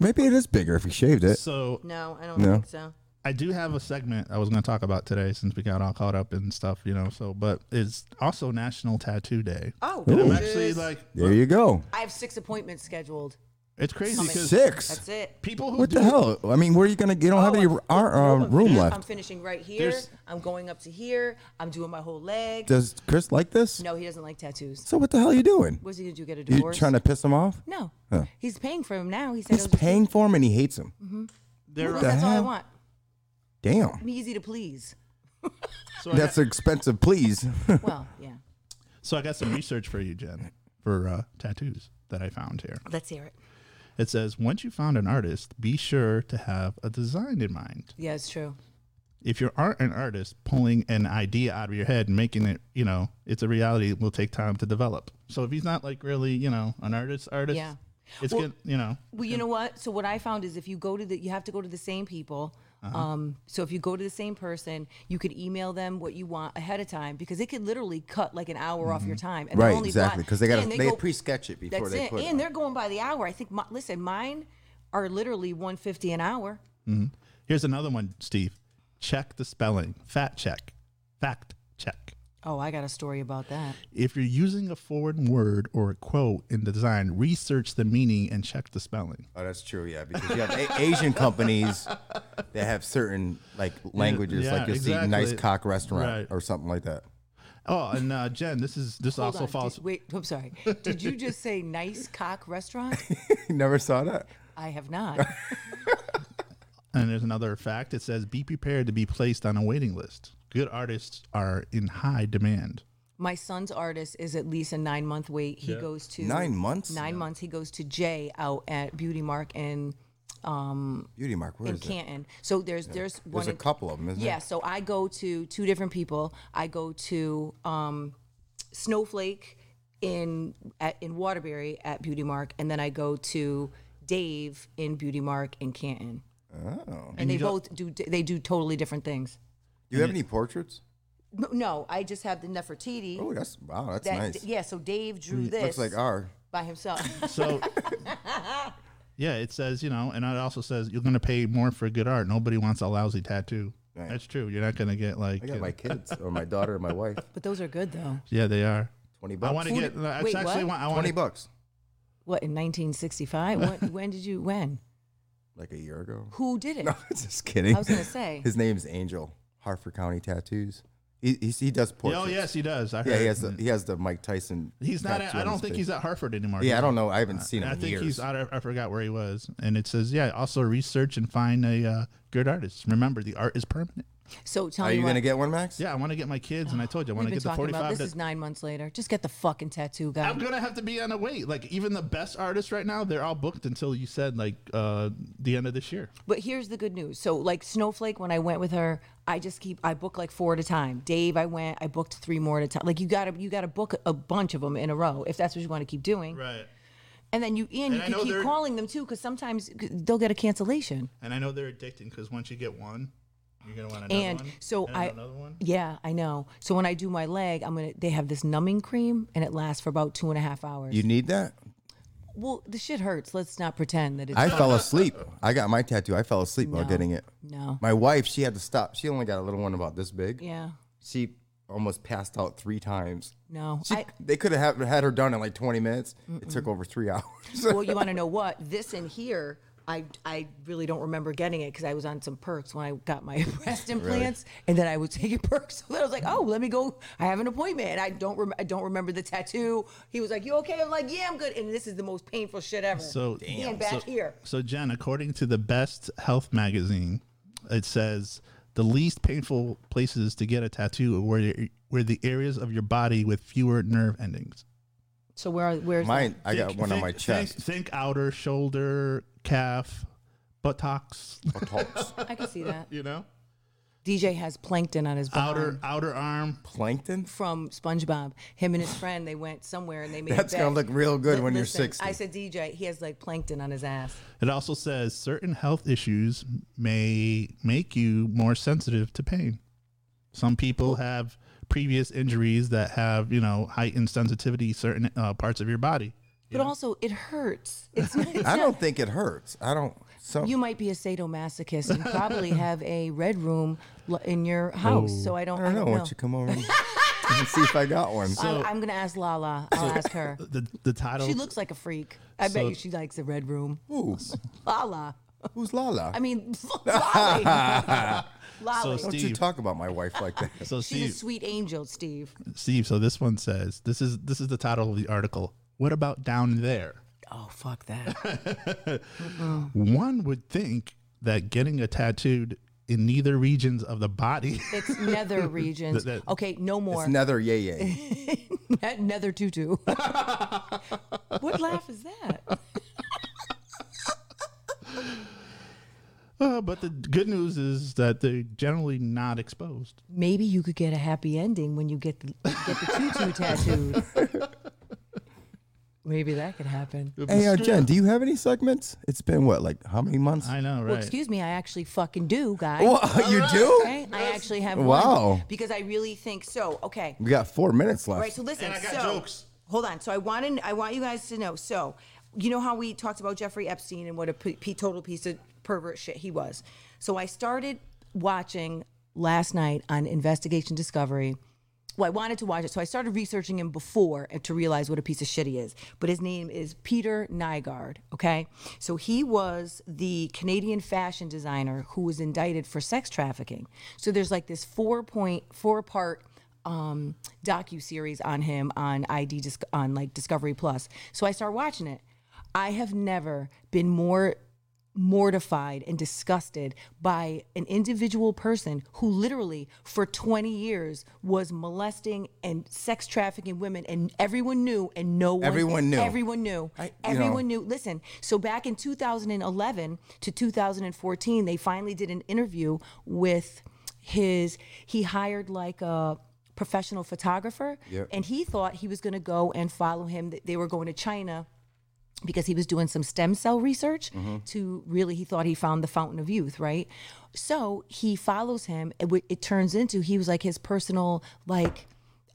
C: Maybe it is bigger if he shaved it. (laughs)
E: so
F: No, I don't
C: No.
F: think so.
E: I do have a segment I was going to talk about today since we got all caught up and stuff, you know. So, but it's also National Tattoo Day.
F: Oh,
E: And I'm
F: bitches.
E: actually like,
C: There you go.
F: I have six appointments scheduled.
E: it's crazy because
C: Six.
F: That's it.
E: people who
C: What
E: do
C: the hell? I mean, where are you gonna? You don't have
F: Oh,
C: any
F: I'm-
C: r- ar- uh,
F: I'm
C: room
F: finished- I'm
C: left.
F: finishing right here.
E: There's-
F: I'm going up to here. I'm doing my whole leg.
C: Does Chris like this?
F: no, he doesn't like tattoos.
C: So what the hell are you doing?
F: What's he gonna do? Get a
C: You
F: divorce?
C: trying to piss him off?
F: No,
C: Huh.
F: he's paying for him now. He said
C: He's
F: it'll just-
C: paying for him and he hates him.
E: there
F: Well,
E: are-
F: Mm-hmm.
C: the
F: that's all I
C: hell?
F: want.
C: Damn.
F: I'm easy to please. (laughs)
E: so, I
C: That's
E: got,
C: expensive, please.
F: Well, yeah.
E: so I got some research for you, Jen, for uh, tattoos that I found here.
F: Let's hear it.
E: It says once you found an artist, be sure to have a design in mind.
F: Yeah, it's true.
E: If you aren't an artist, pulling an idea out of your head and making it, you know, it's a reality it will take time to develop. So if he's not like really, you know, an artist, artist,
F: Yeah.
E: it's
F: Well-
E: good, you know.
F: Well, you know what? So what I found is if you go to the, you have to go to the same people.
C: Uh-huh.
F: Um, so if you go to the same person, you could email them what you want ahead of time because it could literally cut like an hour off your time. And they're
C: Mm-hmm. right,
F: only
C: exactly.
F: bought-
C: Because they got
F: and
C: to they
F: go-
C: pre-sketch it before
F: That's
C: they
F: it.
C: put
F: And
C: it.
F: they're going by the hour. I think. My, listen, mine are literally one fifty an hour.
E: Here's another one, Steve. Check the spelling. Fat check. Fact check.
F: Oh, I got a story about that.
E: If you're using a foreign word or a quote in design, research the meaning and check the spelling.
C: Oh, that's true. Yeah, because you have a- Asian companies that have certain like languages,
E: yeah,
C: like you see
E: exactly.
C: nice cock restaurant
E: Right.
C: or something like that. (laughs)
E: Oh, and uh, Jen, this is this
F: Hold
E: also
F: on.
E: falls.
F: Did- wait, I'm sorry. Did you just say nice cock
C: (laughs)
F: restaurant?
C: you never saw that.
F: I have not.
E: (laughs) And there's another fact. It says be prepared to be placed on a waiting list. Good artists are in high demand.
F: My son's artist is at least a nine month wait. He goes to
C: Nine months?
F: Nine months. He goes to Jay out at Beauty Mark in
C: Beauty Mark, where
F: in
C: is it?
F: Canton. So there's there's one.
C: There's a
F: in-
C: couple of them, isn't
F: Yeah.
C: it?
F: So I go to two different people. I go to um, Snowflake in at, in Waterbury at Beauty Mark, and then I go to Dave in Beauty Mark in Canton. Oh. And, they
E: you don't-
F: both do they do totally different things.
C: Do you have any portraits?
F: No, No, I just have the Nefertiti.
C: Oh, that's wow, that's
F: that,
C: nice.
F: Yeah, so Dave drew
C: It
F: this
C: Looks like uh, our.
F: by himself. (laughs)
E: So, yeah, it says you know, and it also says you're going to pay more for good art. Nobody wants a lousy tattoo.
C: Right.
E: That's true. You're not going to get like.
C: I got
E: uh,
C: my kids or my daughter and my wife.
F: But those are good though.
E: yeah, they are.
C: Twenty bucks.
E: I want to get. I
F: Wait,
E: actually
F: what?
E: want. I want
C: Twenty bucks.
F: What in 1965?
E: (laughs)
F: When, when did you? When?
C: Like a
F: (laughs)
C: year ago.
F: Who did it?
C: No, just kidding.
F: I was gonna
E: (laughs)
F: say.
C: his name's Angel Harford County Tattoos. He he, he does portraits.
E: Oh yes, he does. I heard. Mm.
C: yeah, he has the, he has the Mike Tyson.
E: He's not.
C: tattoo
E: I
C: on
E: don't
C: his
E: think
C: face.
E: he's at Hartford anymore.
C: Yeah, I
E: He's- uh,
C: don't know. I haven't seen him
E: I
C: in
E: think
C: years.
E: he's. I, don't- I forgot where he was, and it says, yeah. Also, research and find a uh, good artist. Remember, the art is permanent.
F: So tell
C: Are
F: me
C: you
F: what.
C: gonna get one, Max?
E: Yeah, I want to get my kids, and I told you I
F: we've
E: want to
F: been
E: get the
F: talking about
E: forty-five.
F: this
E: to-
F: is nine months later. Just get the fucking tattoo, guy.
E: I'm gonna have to be on a wait. Like even the best artists right now, they're all booked until you said like uh, the end of this year.
F: But here's the good news. So like Snowflake, when I went with her, I just keep I book like four at a time. Dave, I went, I booked three more at a time. Like you gotta you gotta book a bunch of them in a row if that's what you want to keep doing.
E: Right.
F: And then you and,
E: And
F: you
E: I
F: can
E: know
F: keep
E: they're-
F: calling them too because sometimes they'll get a cancellation.
E: And I know they're addicting because once you get one, You're gonna want another
F: And
E: one?
F: so
E: And
F: I-
E: another one.
F: Yeah, I know. So when I do my leg, I'm gonna. They have this numbing cream, and it lasts for about two and a half hours.
C: You need that?
F: well, the shit hurts. Let's not pretend that it's
C: I fell asleep. I got my tattoo. I fell asleep while
F: No.
C: getting it.
F: no.
C: My wife, she had to stop. She only got a little one about this big.
F: Yeah,
C: She almost passed out three times.
F: no.
C: She,
F: I,
C: they could have had her done in like 20 minutes. It took over three (laughs) hours.
F: well, you want to know what? This in here, I, I really don't remember getting it because I was on some perks when I got my (laughs) breast implants, and then I was taking perks. (laughs) So then I was like, oh, let me go. I have an appointment. And I don't rem- I don't remember the tattoo. He was like, you okay? I'm like, yeah, I'm good. And this is the most painful shit ever.
E: So
F: And back
E: so,
F: here.
E: So Jen, according to the Best Health magazine, it says the least painful places to get a tattoo are where your- where the areas of your body with fewer nerve endings.
F: So where are, where's
C: Mine, I got
E: Think-
C: one on
E: think-
C: my chest.
E: Think, think outer shoulder, calf, buttocks.
F: (laughs)
C: Buttocks.
F: I can see that.
E: You know,
F: DJ has plankton on his bottom.
E: outer outer arm.
C: Plankton?
F: from SpongeBob. Him and his friend, they went somewhere and they made. a
C: That's gonna
F: bet.
C: look real good
F: Li-
C: when you're
F: listen,
C: 60.
F: I said DJ. He has like plankton on his ass.
E: It also says certain health issues may make you more sensitive to pain. Some
F: Oh.
E: people have previous injuries that have, you know, heightened sensitivity certain uh, parts of your body.
F: But also, it hurts. It's,
C: (laughs)
F: not- it's
C: I
F: not-
C: don't think it hurts. I don't. So
F: You might be a sadomasochist and
E: (laughs)
F: probably have a red room l- in your house. So I don't.
C: Oh, I don't know. Why don't you come over and (laughs) and see if I got one?
F: I'm, I'm gonna ask Lala. I'll ask her.
E: The the title
F: She looks like a freak. I bet
E: uh, So-
F: you she likes the red room.
C: Ooh,
F: (laughs) Lala.
C: who's Lala?
F: I mean, (laughs) Lolly.
C: (laughs)
F: Lolly.
E: So
C: don't you
E: Steve.
C: talk about my wife like
F: (laughs)
C: that.
E: so
F: She's a
E: Steve,
F: sweet angel, Steve.
E: Steve, so this one says this is this is the title of the article. What about down there?
F: Oh fuck that.
E: One would think that getting a tattooed in neither regions of the body (laughs)
F: It's nether regions.
E: That- that-
F: okay, no more.
C: It's nether
F: (laughs)
C: yay yay.
F: nether tutu. what laugh is that?
E: Uh, but the good news is that they're generally not exposed.
F: Maybe you could get a happy ending when you get the get the tutu tattooed. Maybe that could happen.
C: hey, uh, Jen, do you have any segments? It's been what, like how many months?
E: I know, right?
F: Well, excuse me, I actually fucking do, guys.
C: (laughs) What you do?
F: Okay, I actually have
C: Wow.
F: one because I really think so. Okay,
C: We got four minutes
F: All right.
C: left.
F: So listen. so, Hold on. So I want to, I want you guys to know. So you know how we talked about Jeffrey Epstein and what a p- p- total piece of pervert shit he was. So I started watching last night on Investigation Discovery. Well, I wanted to watch it, so I started researching him before and to realize what a piece of shit he is. But his name is Peter Nygaard. Okay, so he was the Canadian fashion designer who was indicted for sex trafficking. So there's like this four point four part um docu series on him on ID Dis- on like Discovery Plus. So I start watching it. I have never been more mortified and disgusted by an individual person who literally for 20 years was molesting and sex trafficking women and everyone knew and no one
C: Everyone knew.
F: everyone knew
C: I- you
F: everyone
C: know.
F: knew listen so back in 2011 to 2014 they finally did an interview with his he hired like a professional photographer
C: Yep.
F: and he thought he was going to go and follow him that they were going to China because he was doing some stem cell research
C: Mm-hmm.
F: to really he thought he found the fountain of youth right so he follows him it, w- it turns into he was like his personal like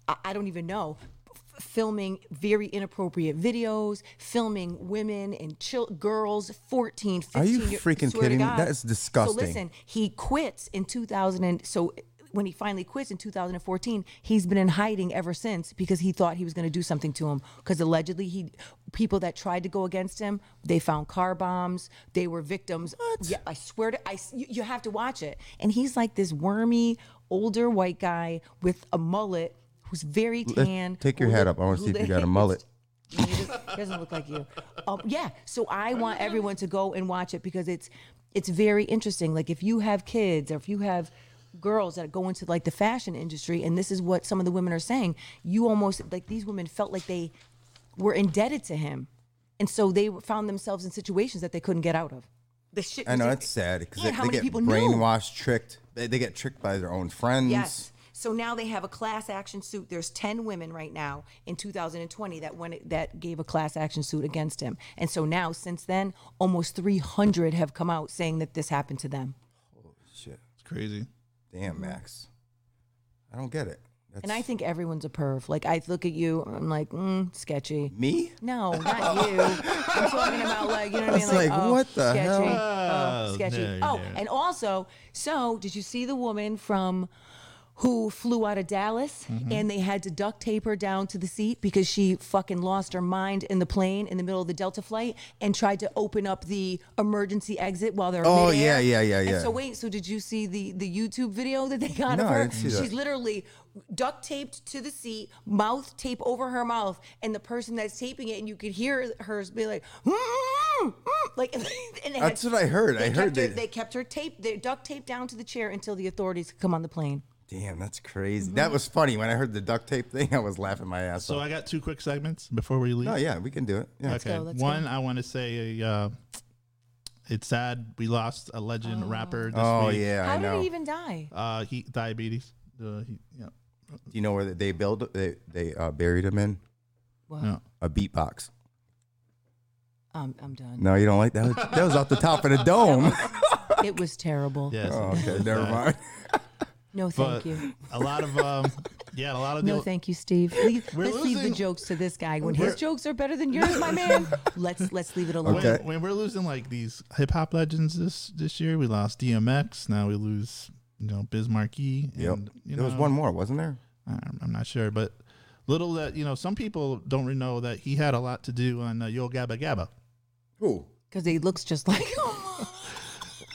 F: i, I don't even know f- filming very inappropriate videos filming women and chil- girls 14 15
C: Are you
F: year-
C: freaking
F: swear to
C: kidding me?
F: God.
C: That is disgusting.
F: so listen he quits in 2000 and so when he finally quits in 2014 he's been in hiding ever since because he thought he was going to do something to him because allegedly he people that tried to go against him they found car bombs they were victims yeah i swear to i you, you have to watch it and he's like this wormy older white guy with a mullet who's very
C: Let-
F: tan
C: Take your
F: who
C: hat
F: look-
C: up. I want
F: who
C: to see if you
F: look- (laughs)
C: got a mullet.
F: he just- he doesn't look like you. Um, yeah. So I want everyone to go and watch it because it's it's very interesting. Like if you have kids or if you have girls that go into like the fashion industry, and this is what some of the women are saying, you almost like these women felt like they were indebted to him, and so they found themselves in situations that they couldn't get out of. The shit.
C: I know
F: was-
C: it's sad because
F: And
C: they,
F: how
C: they
F: many
C: get
F: people knew?
C: brainwashed, tricked. They, they get tricked by their own friends.
F: Yes. So now they have a class action suit. There's 10 women right now in 2020 that went that gave a class action suit against him. And so now since then, almost 300 have come out saying that this happened to them.
E: It's crazy.
C: Damn, Max. I don't get it. That's
F: Mm. And I think everyone's a perv. Like I look at you, I'm like, mm, sketchy.
C: me.
F: No, not you. I'm talking about like you know what I mean.
C: It's like,
F: oh,
C: what the
F: sketchy.
E: hell?
F: Oh, sketchy.
E: No,
F: oh,
E: no.
F: and also, so did you see the woman from who flew out of Dallas
C: Mm-hmm.
F: and they had to duct tape her down to the seat because she fucking lost her mind in the plane in the middle of the Delta flight and tried to open up the emergency exit while they're
C: Oh,
F: midair?
C: yeah, yeah, yeah,
F: And
C: yeah.
F: so wait, so did you see the the YouTube video that they got
C: No,
F: of
C: I
F: her?
C: didn't see that.
F: She's literally duct taped to the seat, mouth tape over her mouth, and the person that's taping it, and you could hear hers be like, "Mm, mm, mm," like, (laughs) and it had-
C: That's what I heard. I
F: they
C: heard
F: kept her,
C: that-
F: they kept her taped, they duct taped down to the chair until the authorities could come on the plane.
C: Damn, that's crazy.
F: Mm-hmm.
C: That was funny. When I heard the duct tape thing, (laughs) I was laughing my ass
E: So
C: off.
E: I got two quick segments before we leave.
C: oh yeah, we can do it. Yeah.
E: okay.
F: go, let's go.
E: One, I want to say uh, it's sad we lost a legend rapper this
C: Oh
E: week.
C: yeah, I
F: How
C: know.
F: did he even die?
E: Uh, he diabetes. Uh, he, yeah.
C: do you know where they build they they uh, buried him in
F: Well,
E: No.
C: a beatbox?
F: um, I'm done.
C: No, you don't like that.
E: (laughs)
C: Was, that was off the top of the dome.
F: (laughs) It was terrible.
E: Yeah.
C: (laughs)
E: so
C: oh, okay, never
E: Yeah.
C: mind.
F: No,
E: But
F: thank you.
E: a lot
F: (laughs)
E: of um, yeah, a lot of the
F: No, thank you, Steve. Leave,
E: We're
F: let's leave the
E: losing-
F: jokes to this guy. When his jokes are better than yours, my
C: (laughs)
F: man, let's let's leave it alone.
E: when,
C: Okay.
E: when we're losing like these hip hop legends this this year, we lost DMX. Now we lose you know Biz Markie. And,
C: Yep.
E: You
C: there was
E: know,
C: one more, wasn't there?
E: I'm, I'm not sure, but little that you know, some people don't really know that he had a lot to do on uh, Yo Gabba Gabba.
C: Who?
F: Because he looks just like (laughs)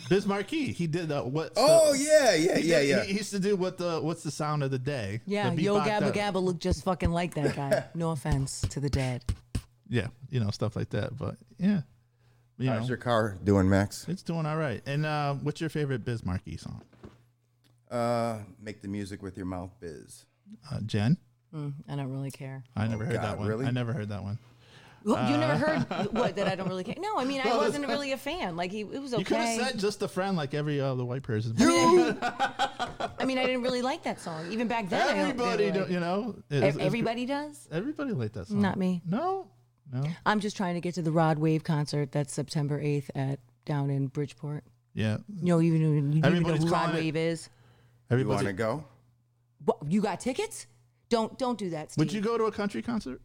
E: Biz Markie. He did uh, what?
C: Oh yeah, yeah,
E: He
C: yeah,
E: did-
C: yeah.
E: He, he used to do what the what's the sound of the day?
F: Yeah,
E: The
F: Yo
E: beatbox,
F: Gabba
E: uh,
F: Gabba looked just fucking like that guy. No offense to the dead.
E: Yeah, you know stuff like that. But yeah, you know,
C: How's your car doing, Max?
E: it's doing all right. And uh, what's your favorite Biz Markie song?
C: Uh, make the music with your mouth, biz.
E: Uh, Jen,
F: Mm, I don't really care.
E: I never heard
C: Oh, God,
E: that one.
C: really?
E: I never heard that one.
F: Well, Oh, you
E: Uh,
F: never heard
E: (laughs)
F: what that I don't really care. No, I mean I wasn't really a fan. Like he, it was okay.
E: You could have said just a friend, like every other white person.
F: I mean I didn't really like that song even back then. I don't- they
E: everybody,
F: were
E: do,
F: like-
E: you know,
F: Ev-
E: it- it's- it's-
F: everybody does.
E: everybody liked that song.
F: Not me.
E: No, no.
F: I'm just trying to get to the Rod Wave concert that's September 8th at down in Bridgeport.
E: Yeah,
F: No, you know, you don't even know
E: Everybody's
F: who Rod
E: calling it-
F: Wave is.
C: You want
E: everybody.
C: to go?
F: What, you got tickets? Don't don't do that, Steve.
E: Would you go to a country concert?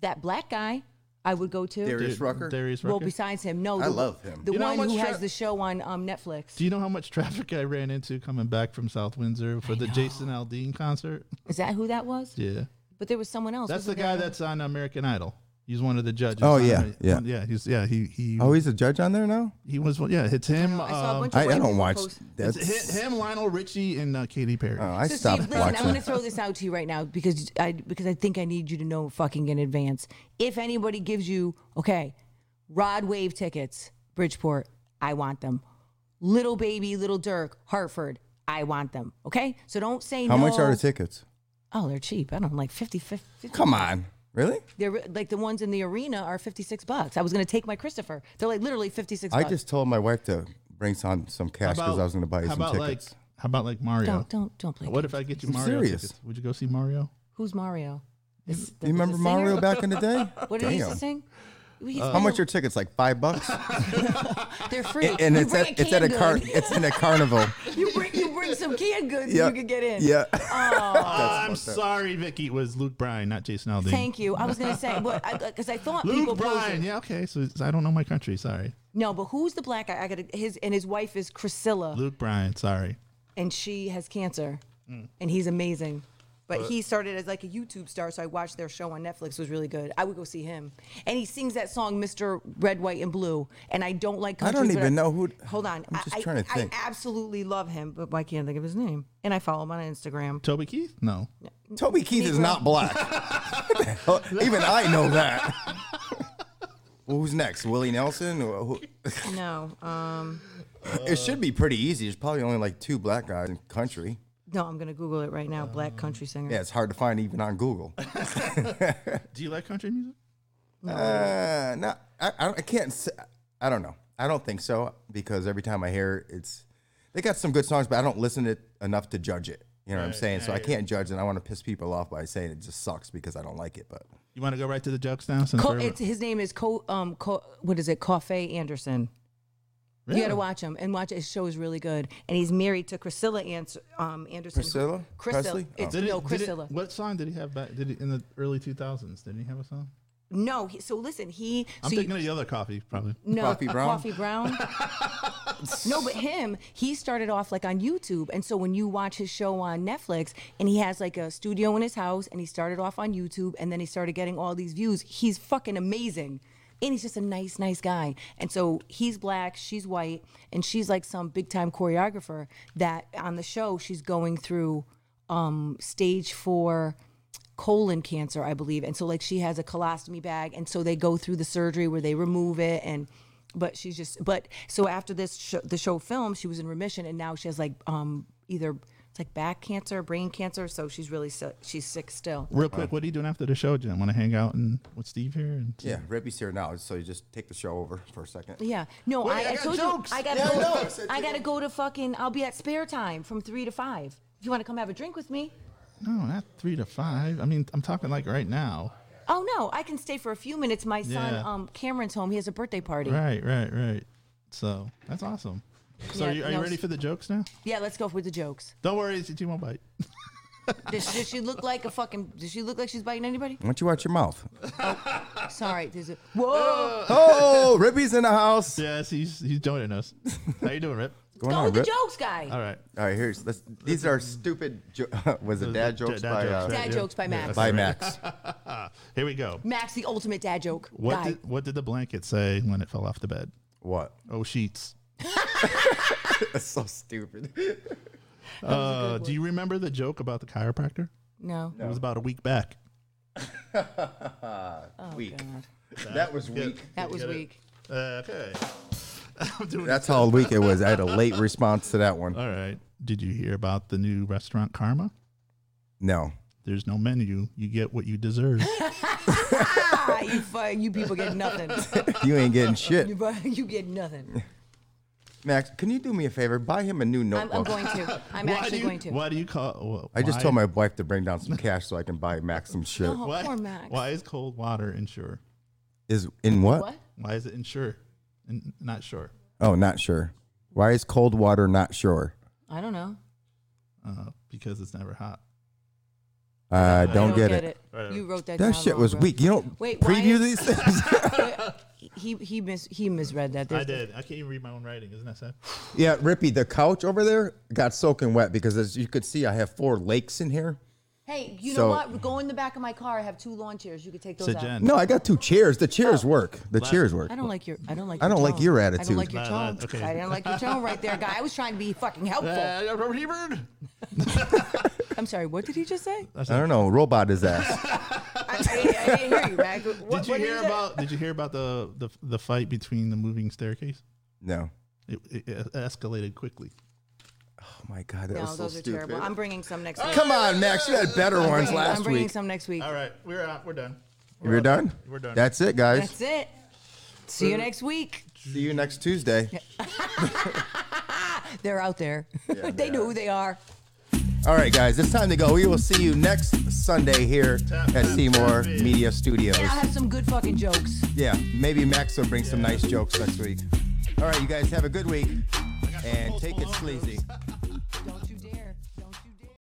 F: that black guy? I would go to.
C: Darius
E: Dude,
C: Rucker.
E: Darius
F: Well,
E: Rucker.
F: besides him, no.
C: I
F: Oh, the-
C: love him.
F: The
E: You know how
F: one who
E: much tra-
F: has the show on um, Netflix.
E: Do you know how much (laughs) traffic I ran into coming back from South Windsor for the Jason Aldean concert?
F: Is that who that was?
E: Yeah,
F: But there was someone else.
E: that's the
F: wasn't
E: guy
F: there?
E: that's on American Idol. He's one of the judges.
C: Oh,
E: on
C: yeah,
E: Ameri-
C: yeah.
E: yeah. He's yeah. He he
C: Oh, he's a judge on there now.
E: he was one- yeah. It's him.
F: I saw a
E: um,
F: bunch of
C: I,
F: white
C: I don't
F: people
C: watch.
F: post-
C: That's
E: it's hi- him, Lionel Richie, and uh, Katy Perry.
C: Oh, I
F: So,
C: stopped
F: Steve, listen,
C: watching.
F: I want to throw this out to you right now because I because I think I need you to know fucking in advance. If anybody gives you okay, Rod Wave tickets, Bridgeport, I want them. Little Baby, Little Dirk, Hartford, I want them. Okay, so don't say
C: How
F: no.
C: much are the tickets?
F: Oh, they're cheap. I don't like 50, 50
C: Come on, really?
F: They're like the ones in the arena are 56 bucks. I was going to take my Christopher. They're like literally 56
C: I
F: bucks.
C: just told my wife to bring some some cash because I was going to buy you
E: how
C: some
E: about
C: tickets.
E: like how about like Mario?
F: don't don't don't play.
E: What
F: games.
E: if I get you
C: I'm
E: Mario
C: serious.
E: tickets? Would you go see Mario?
F: Who's Mario? This- the-
C: you remember
F: the singer?
C: Mario back in the day?
F: (laughs) What did he used to sing? He's
C: How
E: Uh,
F: been
C: much
F: a-
C: are tickets? Like
F: (laughs)
C: five bucks,
F: They're free.
C: and
F: You
C: it's
F: bring
C: at it's at a
F: canned
C: car
F: good.
C: (laughs) it's in a carnival.
F: (laughs) you bring you bring some canned goods.
C: Yeah.
F: You can get in. Oh,
C: Yeah.
E: Oh, I'm sorry, Vicky. It was Luke Bryan, not Jason Aldean.
F: Thank you. I was gonna say what because I, thought people
E: Luke
F: posted-
E: Bryan. Yeah, okay. So it's- I don't know my country. Sorry,
F: No, but who's the black guy? I got his and his wife is Priscilla,
E: Luke Bryan. Sorry.
F: and she has cancer,
C: Mm.
F: and he's amazing. But he started as like a YouTube star, so I watched their show on Netflix. It was really good. I would go see him, and he sings that song "Mr. Red, White, and Blue." And I don't like.
C: I
F: Country,
C: don't
F: but
C: even know who-
F: Hold on,
C: I'm just
F: I,
C: trying to
F: I,
C: think.
F: I absolutely love him, but I can't think of his name. And I follow him on Instagram.
C: (laughs)
E: Toby Keith? No.
C: Toby Keith is
F: (laughs)
C: not black. (laughs) Even I know that. (laughs) Well, who's next? Willie Nelson? Who- who-
F: No, um,
C: It should be pretty easy. There's probably only like two black guys in country.
F: no, I'm gonna Google it right now. Black country singer.
C: Yeah, it's hard to find even on Google.
E: Do you like country music?
C: Uh, no, I, I, don't- I can't. s- I don't know. I don't think so because every time I hear it, it's they got some good songs, but I don't listen to it enough to judge it. You know what I'm saying? So I can't judge, and I want to piss people off by saying it just sucks because I don't like it. But
E: You want to go right to the jokes now? Since
F: Co-
E: we're-
F: it's, his name is Co. Um, Co- what is it? Coffee Anderson. You got to watch him and watch his show is really good. And he's married to Priscilla Ans- um, Anderson.
C: Priscilla?
F: Priscilla.
C: Presley?
F: It's
C: Oh.
E: Did it-
F: no
E: did it-
F: Priscilla.
E: what song did he have back? Did he, in the early 2000s? Didn't he have a song?
F: no. He, so listen, he.
E: I'm
F: so you-
E: thinking of the other coffee, probably.
F: No,
C: Coffee
F: uh,
C: Brown?
F: Coffee Brown. no, but him, he started off like on YouTube, and so when you watch his show on Netflix, and he has like a studio in his house, and he started off on YouTube, and then he started getting all these views. He's fucking amazing, and he's just a nice, nice guy. And so he's black, she's white, and she's like some big time choreographer that on the show she's going through um, stage four colon cancer, I believe. And so like she has a colostomy bag and so they go through the surgery where they remove it and but she's just but so after this show, the show filmed, she was in remission and now she has like um either it's like back cancer, brain cancer, so she's really sick. She's sick still.
E: Real quick, what are you doing after the show, Jen? Want to hang out and with Steve here? And
C: Yeah, Rippy's here now, so you just take the show over for a second.
F: Yeah. No, I,
E: I
F: I,
E: got
F: told
E: jokes.
F: you I gotta
C: Yeah, I
F: go.
C: know. I
F: I,
C: said you
F: gotta
C: got-
F: go to fucking I'll be at spare time from three to five. If you wanna come have a drink with me.
E: No, not three to five. I mean, I'm talking like right now.
F: Oh no, I can stay for a few minutes. My son,
E: Yeah.
F: um, Cameron's home. He has a birthday party.
E: Right, right, right. So that's awesome. So
F: Yeah,
E: are, you, are you
F: no,
E: ready
F: s-
E: for the jokes now?
F: Yeah, let's go with the jokes.
E: Don't worry, it's you won't bite.
F: Does, does she look like a fucking? Does she look like she's biting anybody?
C: Why don't you watch your mouth?
F: Sorry, there's a whoa.
C: (laughs) Oh, Rippy's in the house.
E: Yes, he's he's joining us. How you doing, Rip?
C: Going
F: Go with the
C: Rip? Uh,
F: jokes, guy.
E: All right.
C: All right, here's let's, these are stupid. Jo- (laughs) was it dad jokes
E: Dad
C: by
E: jokes,
C: uh,
E: right?
F: Dad
E: Yeah.
F: jokes by
E: Yeah,
F: Max.
E: that's
C: by
E: right.
C: Max?
E: Here we go.
F: Max, the ultimate dad joke.
E: What
F: guy.
E: did, what did the blanket say when it fell off the bed?
C: (laughs) What?
E: Oh, sheets.
C: That's so (laughs) stupid.
E: Uh, do you remember the joke about the chiropractor?
F: no.
E: It was about a week back.
C: Oh, weak. That was weak.
F: That was weak.
E: Okay. (laughs) I'm doing
C: That's how weak it was. I had a late response to that one.
E: All right. Did you hear about the new restaurant Karma?
C: No.
E: There's no menu. You get what you deserve.
F: Ah, you, fu- you people get
C: (laughs)
F: nothing.
C: You ain't getting shit.
F: you, bu- you get nothing.
C: Max, can you do me a favor? Buy him a new
F: I'm,
C: notebook.
F: I'm going
C: (laughs)
F: to. (laughs) I'm
E: Why
F: actually
E: do you,
F: going to.
E: Why do you call? wh-
C: I just
E: why-
C: told my wife to bring down some cash so I can buy Max some shit.
F: Oh,
E: why,
F: poor Max.
E: Why is cold water insure?
C: Is in what?
F: What?
E: Why is it insure? And not sure.
C: Oh, not sure. Why is cold water not sure?
F: I don't know.
E: Uh, because it's never hot.
C: I
F: I
C: don't, get, it.
F: You wrote that. down
C: That shit
F: wrong,
C: was
F: bro.
C: weak. You don't
F: Wait, why
C: preview
F: is-
C: these things.
F: (laughs) He he mis he misread that. There's-
E: I can't even read my own writing. Isn't
F: (sighs)
E: that sad?
C: yeah, Rippy, the couch over there got soaking wet because as you could see, I have four lakes in here.
F: Hey, you
C: So-
F: know what? Go in the back of my car. I have two lawn chairs. You could take those
E: So
F: out.
E: Jen,
C: No, I got two chairs. The
F: Oh.
C: chairs work. The
E: Last-
C: chairs work.
F: I don't like your. I don't like.
C: I
F: your
C: don't like
F: tone.
C: your
F: I don't like
C: attitude.
F: your
E: No,
F: tone.
E: no, okay.
F: I didn't like your tone right there, guy. I was trying to be fucking
E: (laughs)
F: helpful.
E: Uh, Robert
F: I'm sorry. What did he just
E: (laughs)
F: say? I,
C: I don't know. Robot his ass.
F: I, didn't- I didn't hear you, Max. What,
E: Did you
F: what
E: hear
F: say?
E: about? Did you hear about the the, the fight between the moving staircase?
C: (laughs) no.
E: It, it, it escalated quickly.
C: Oh my god, that
F: No,
C: was so
F: those are
C: stupid.
F: terrible. I'm bringing some next week.
C: Come on, Max. You had better ones
F: I'm
C: last
F: bringing
C: week.
F: some next week.
E: All right, we're out. We're done.
C: You're done.
E: We're done.
C: That's it, guys.
F: That's it. See you next week.
C: See you next Tuesday.
F: They're out there. (laughs) they know who they are.
C: All right, guys, it's time to go. We will see you next Sunday here at Seymour Media Studios.
F: I'll have some good fucking jokes.
C: Yeah, maybe Max will bring some nice jokes next week. All right, you guys have a good week and take it sleazy.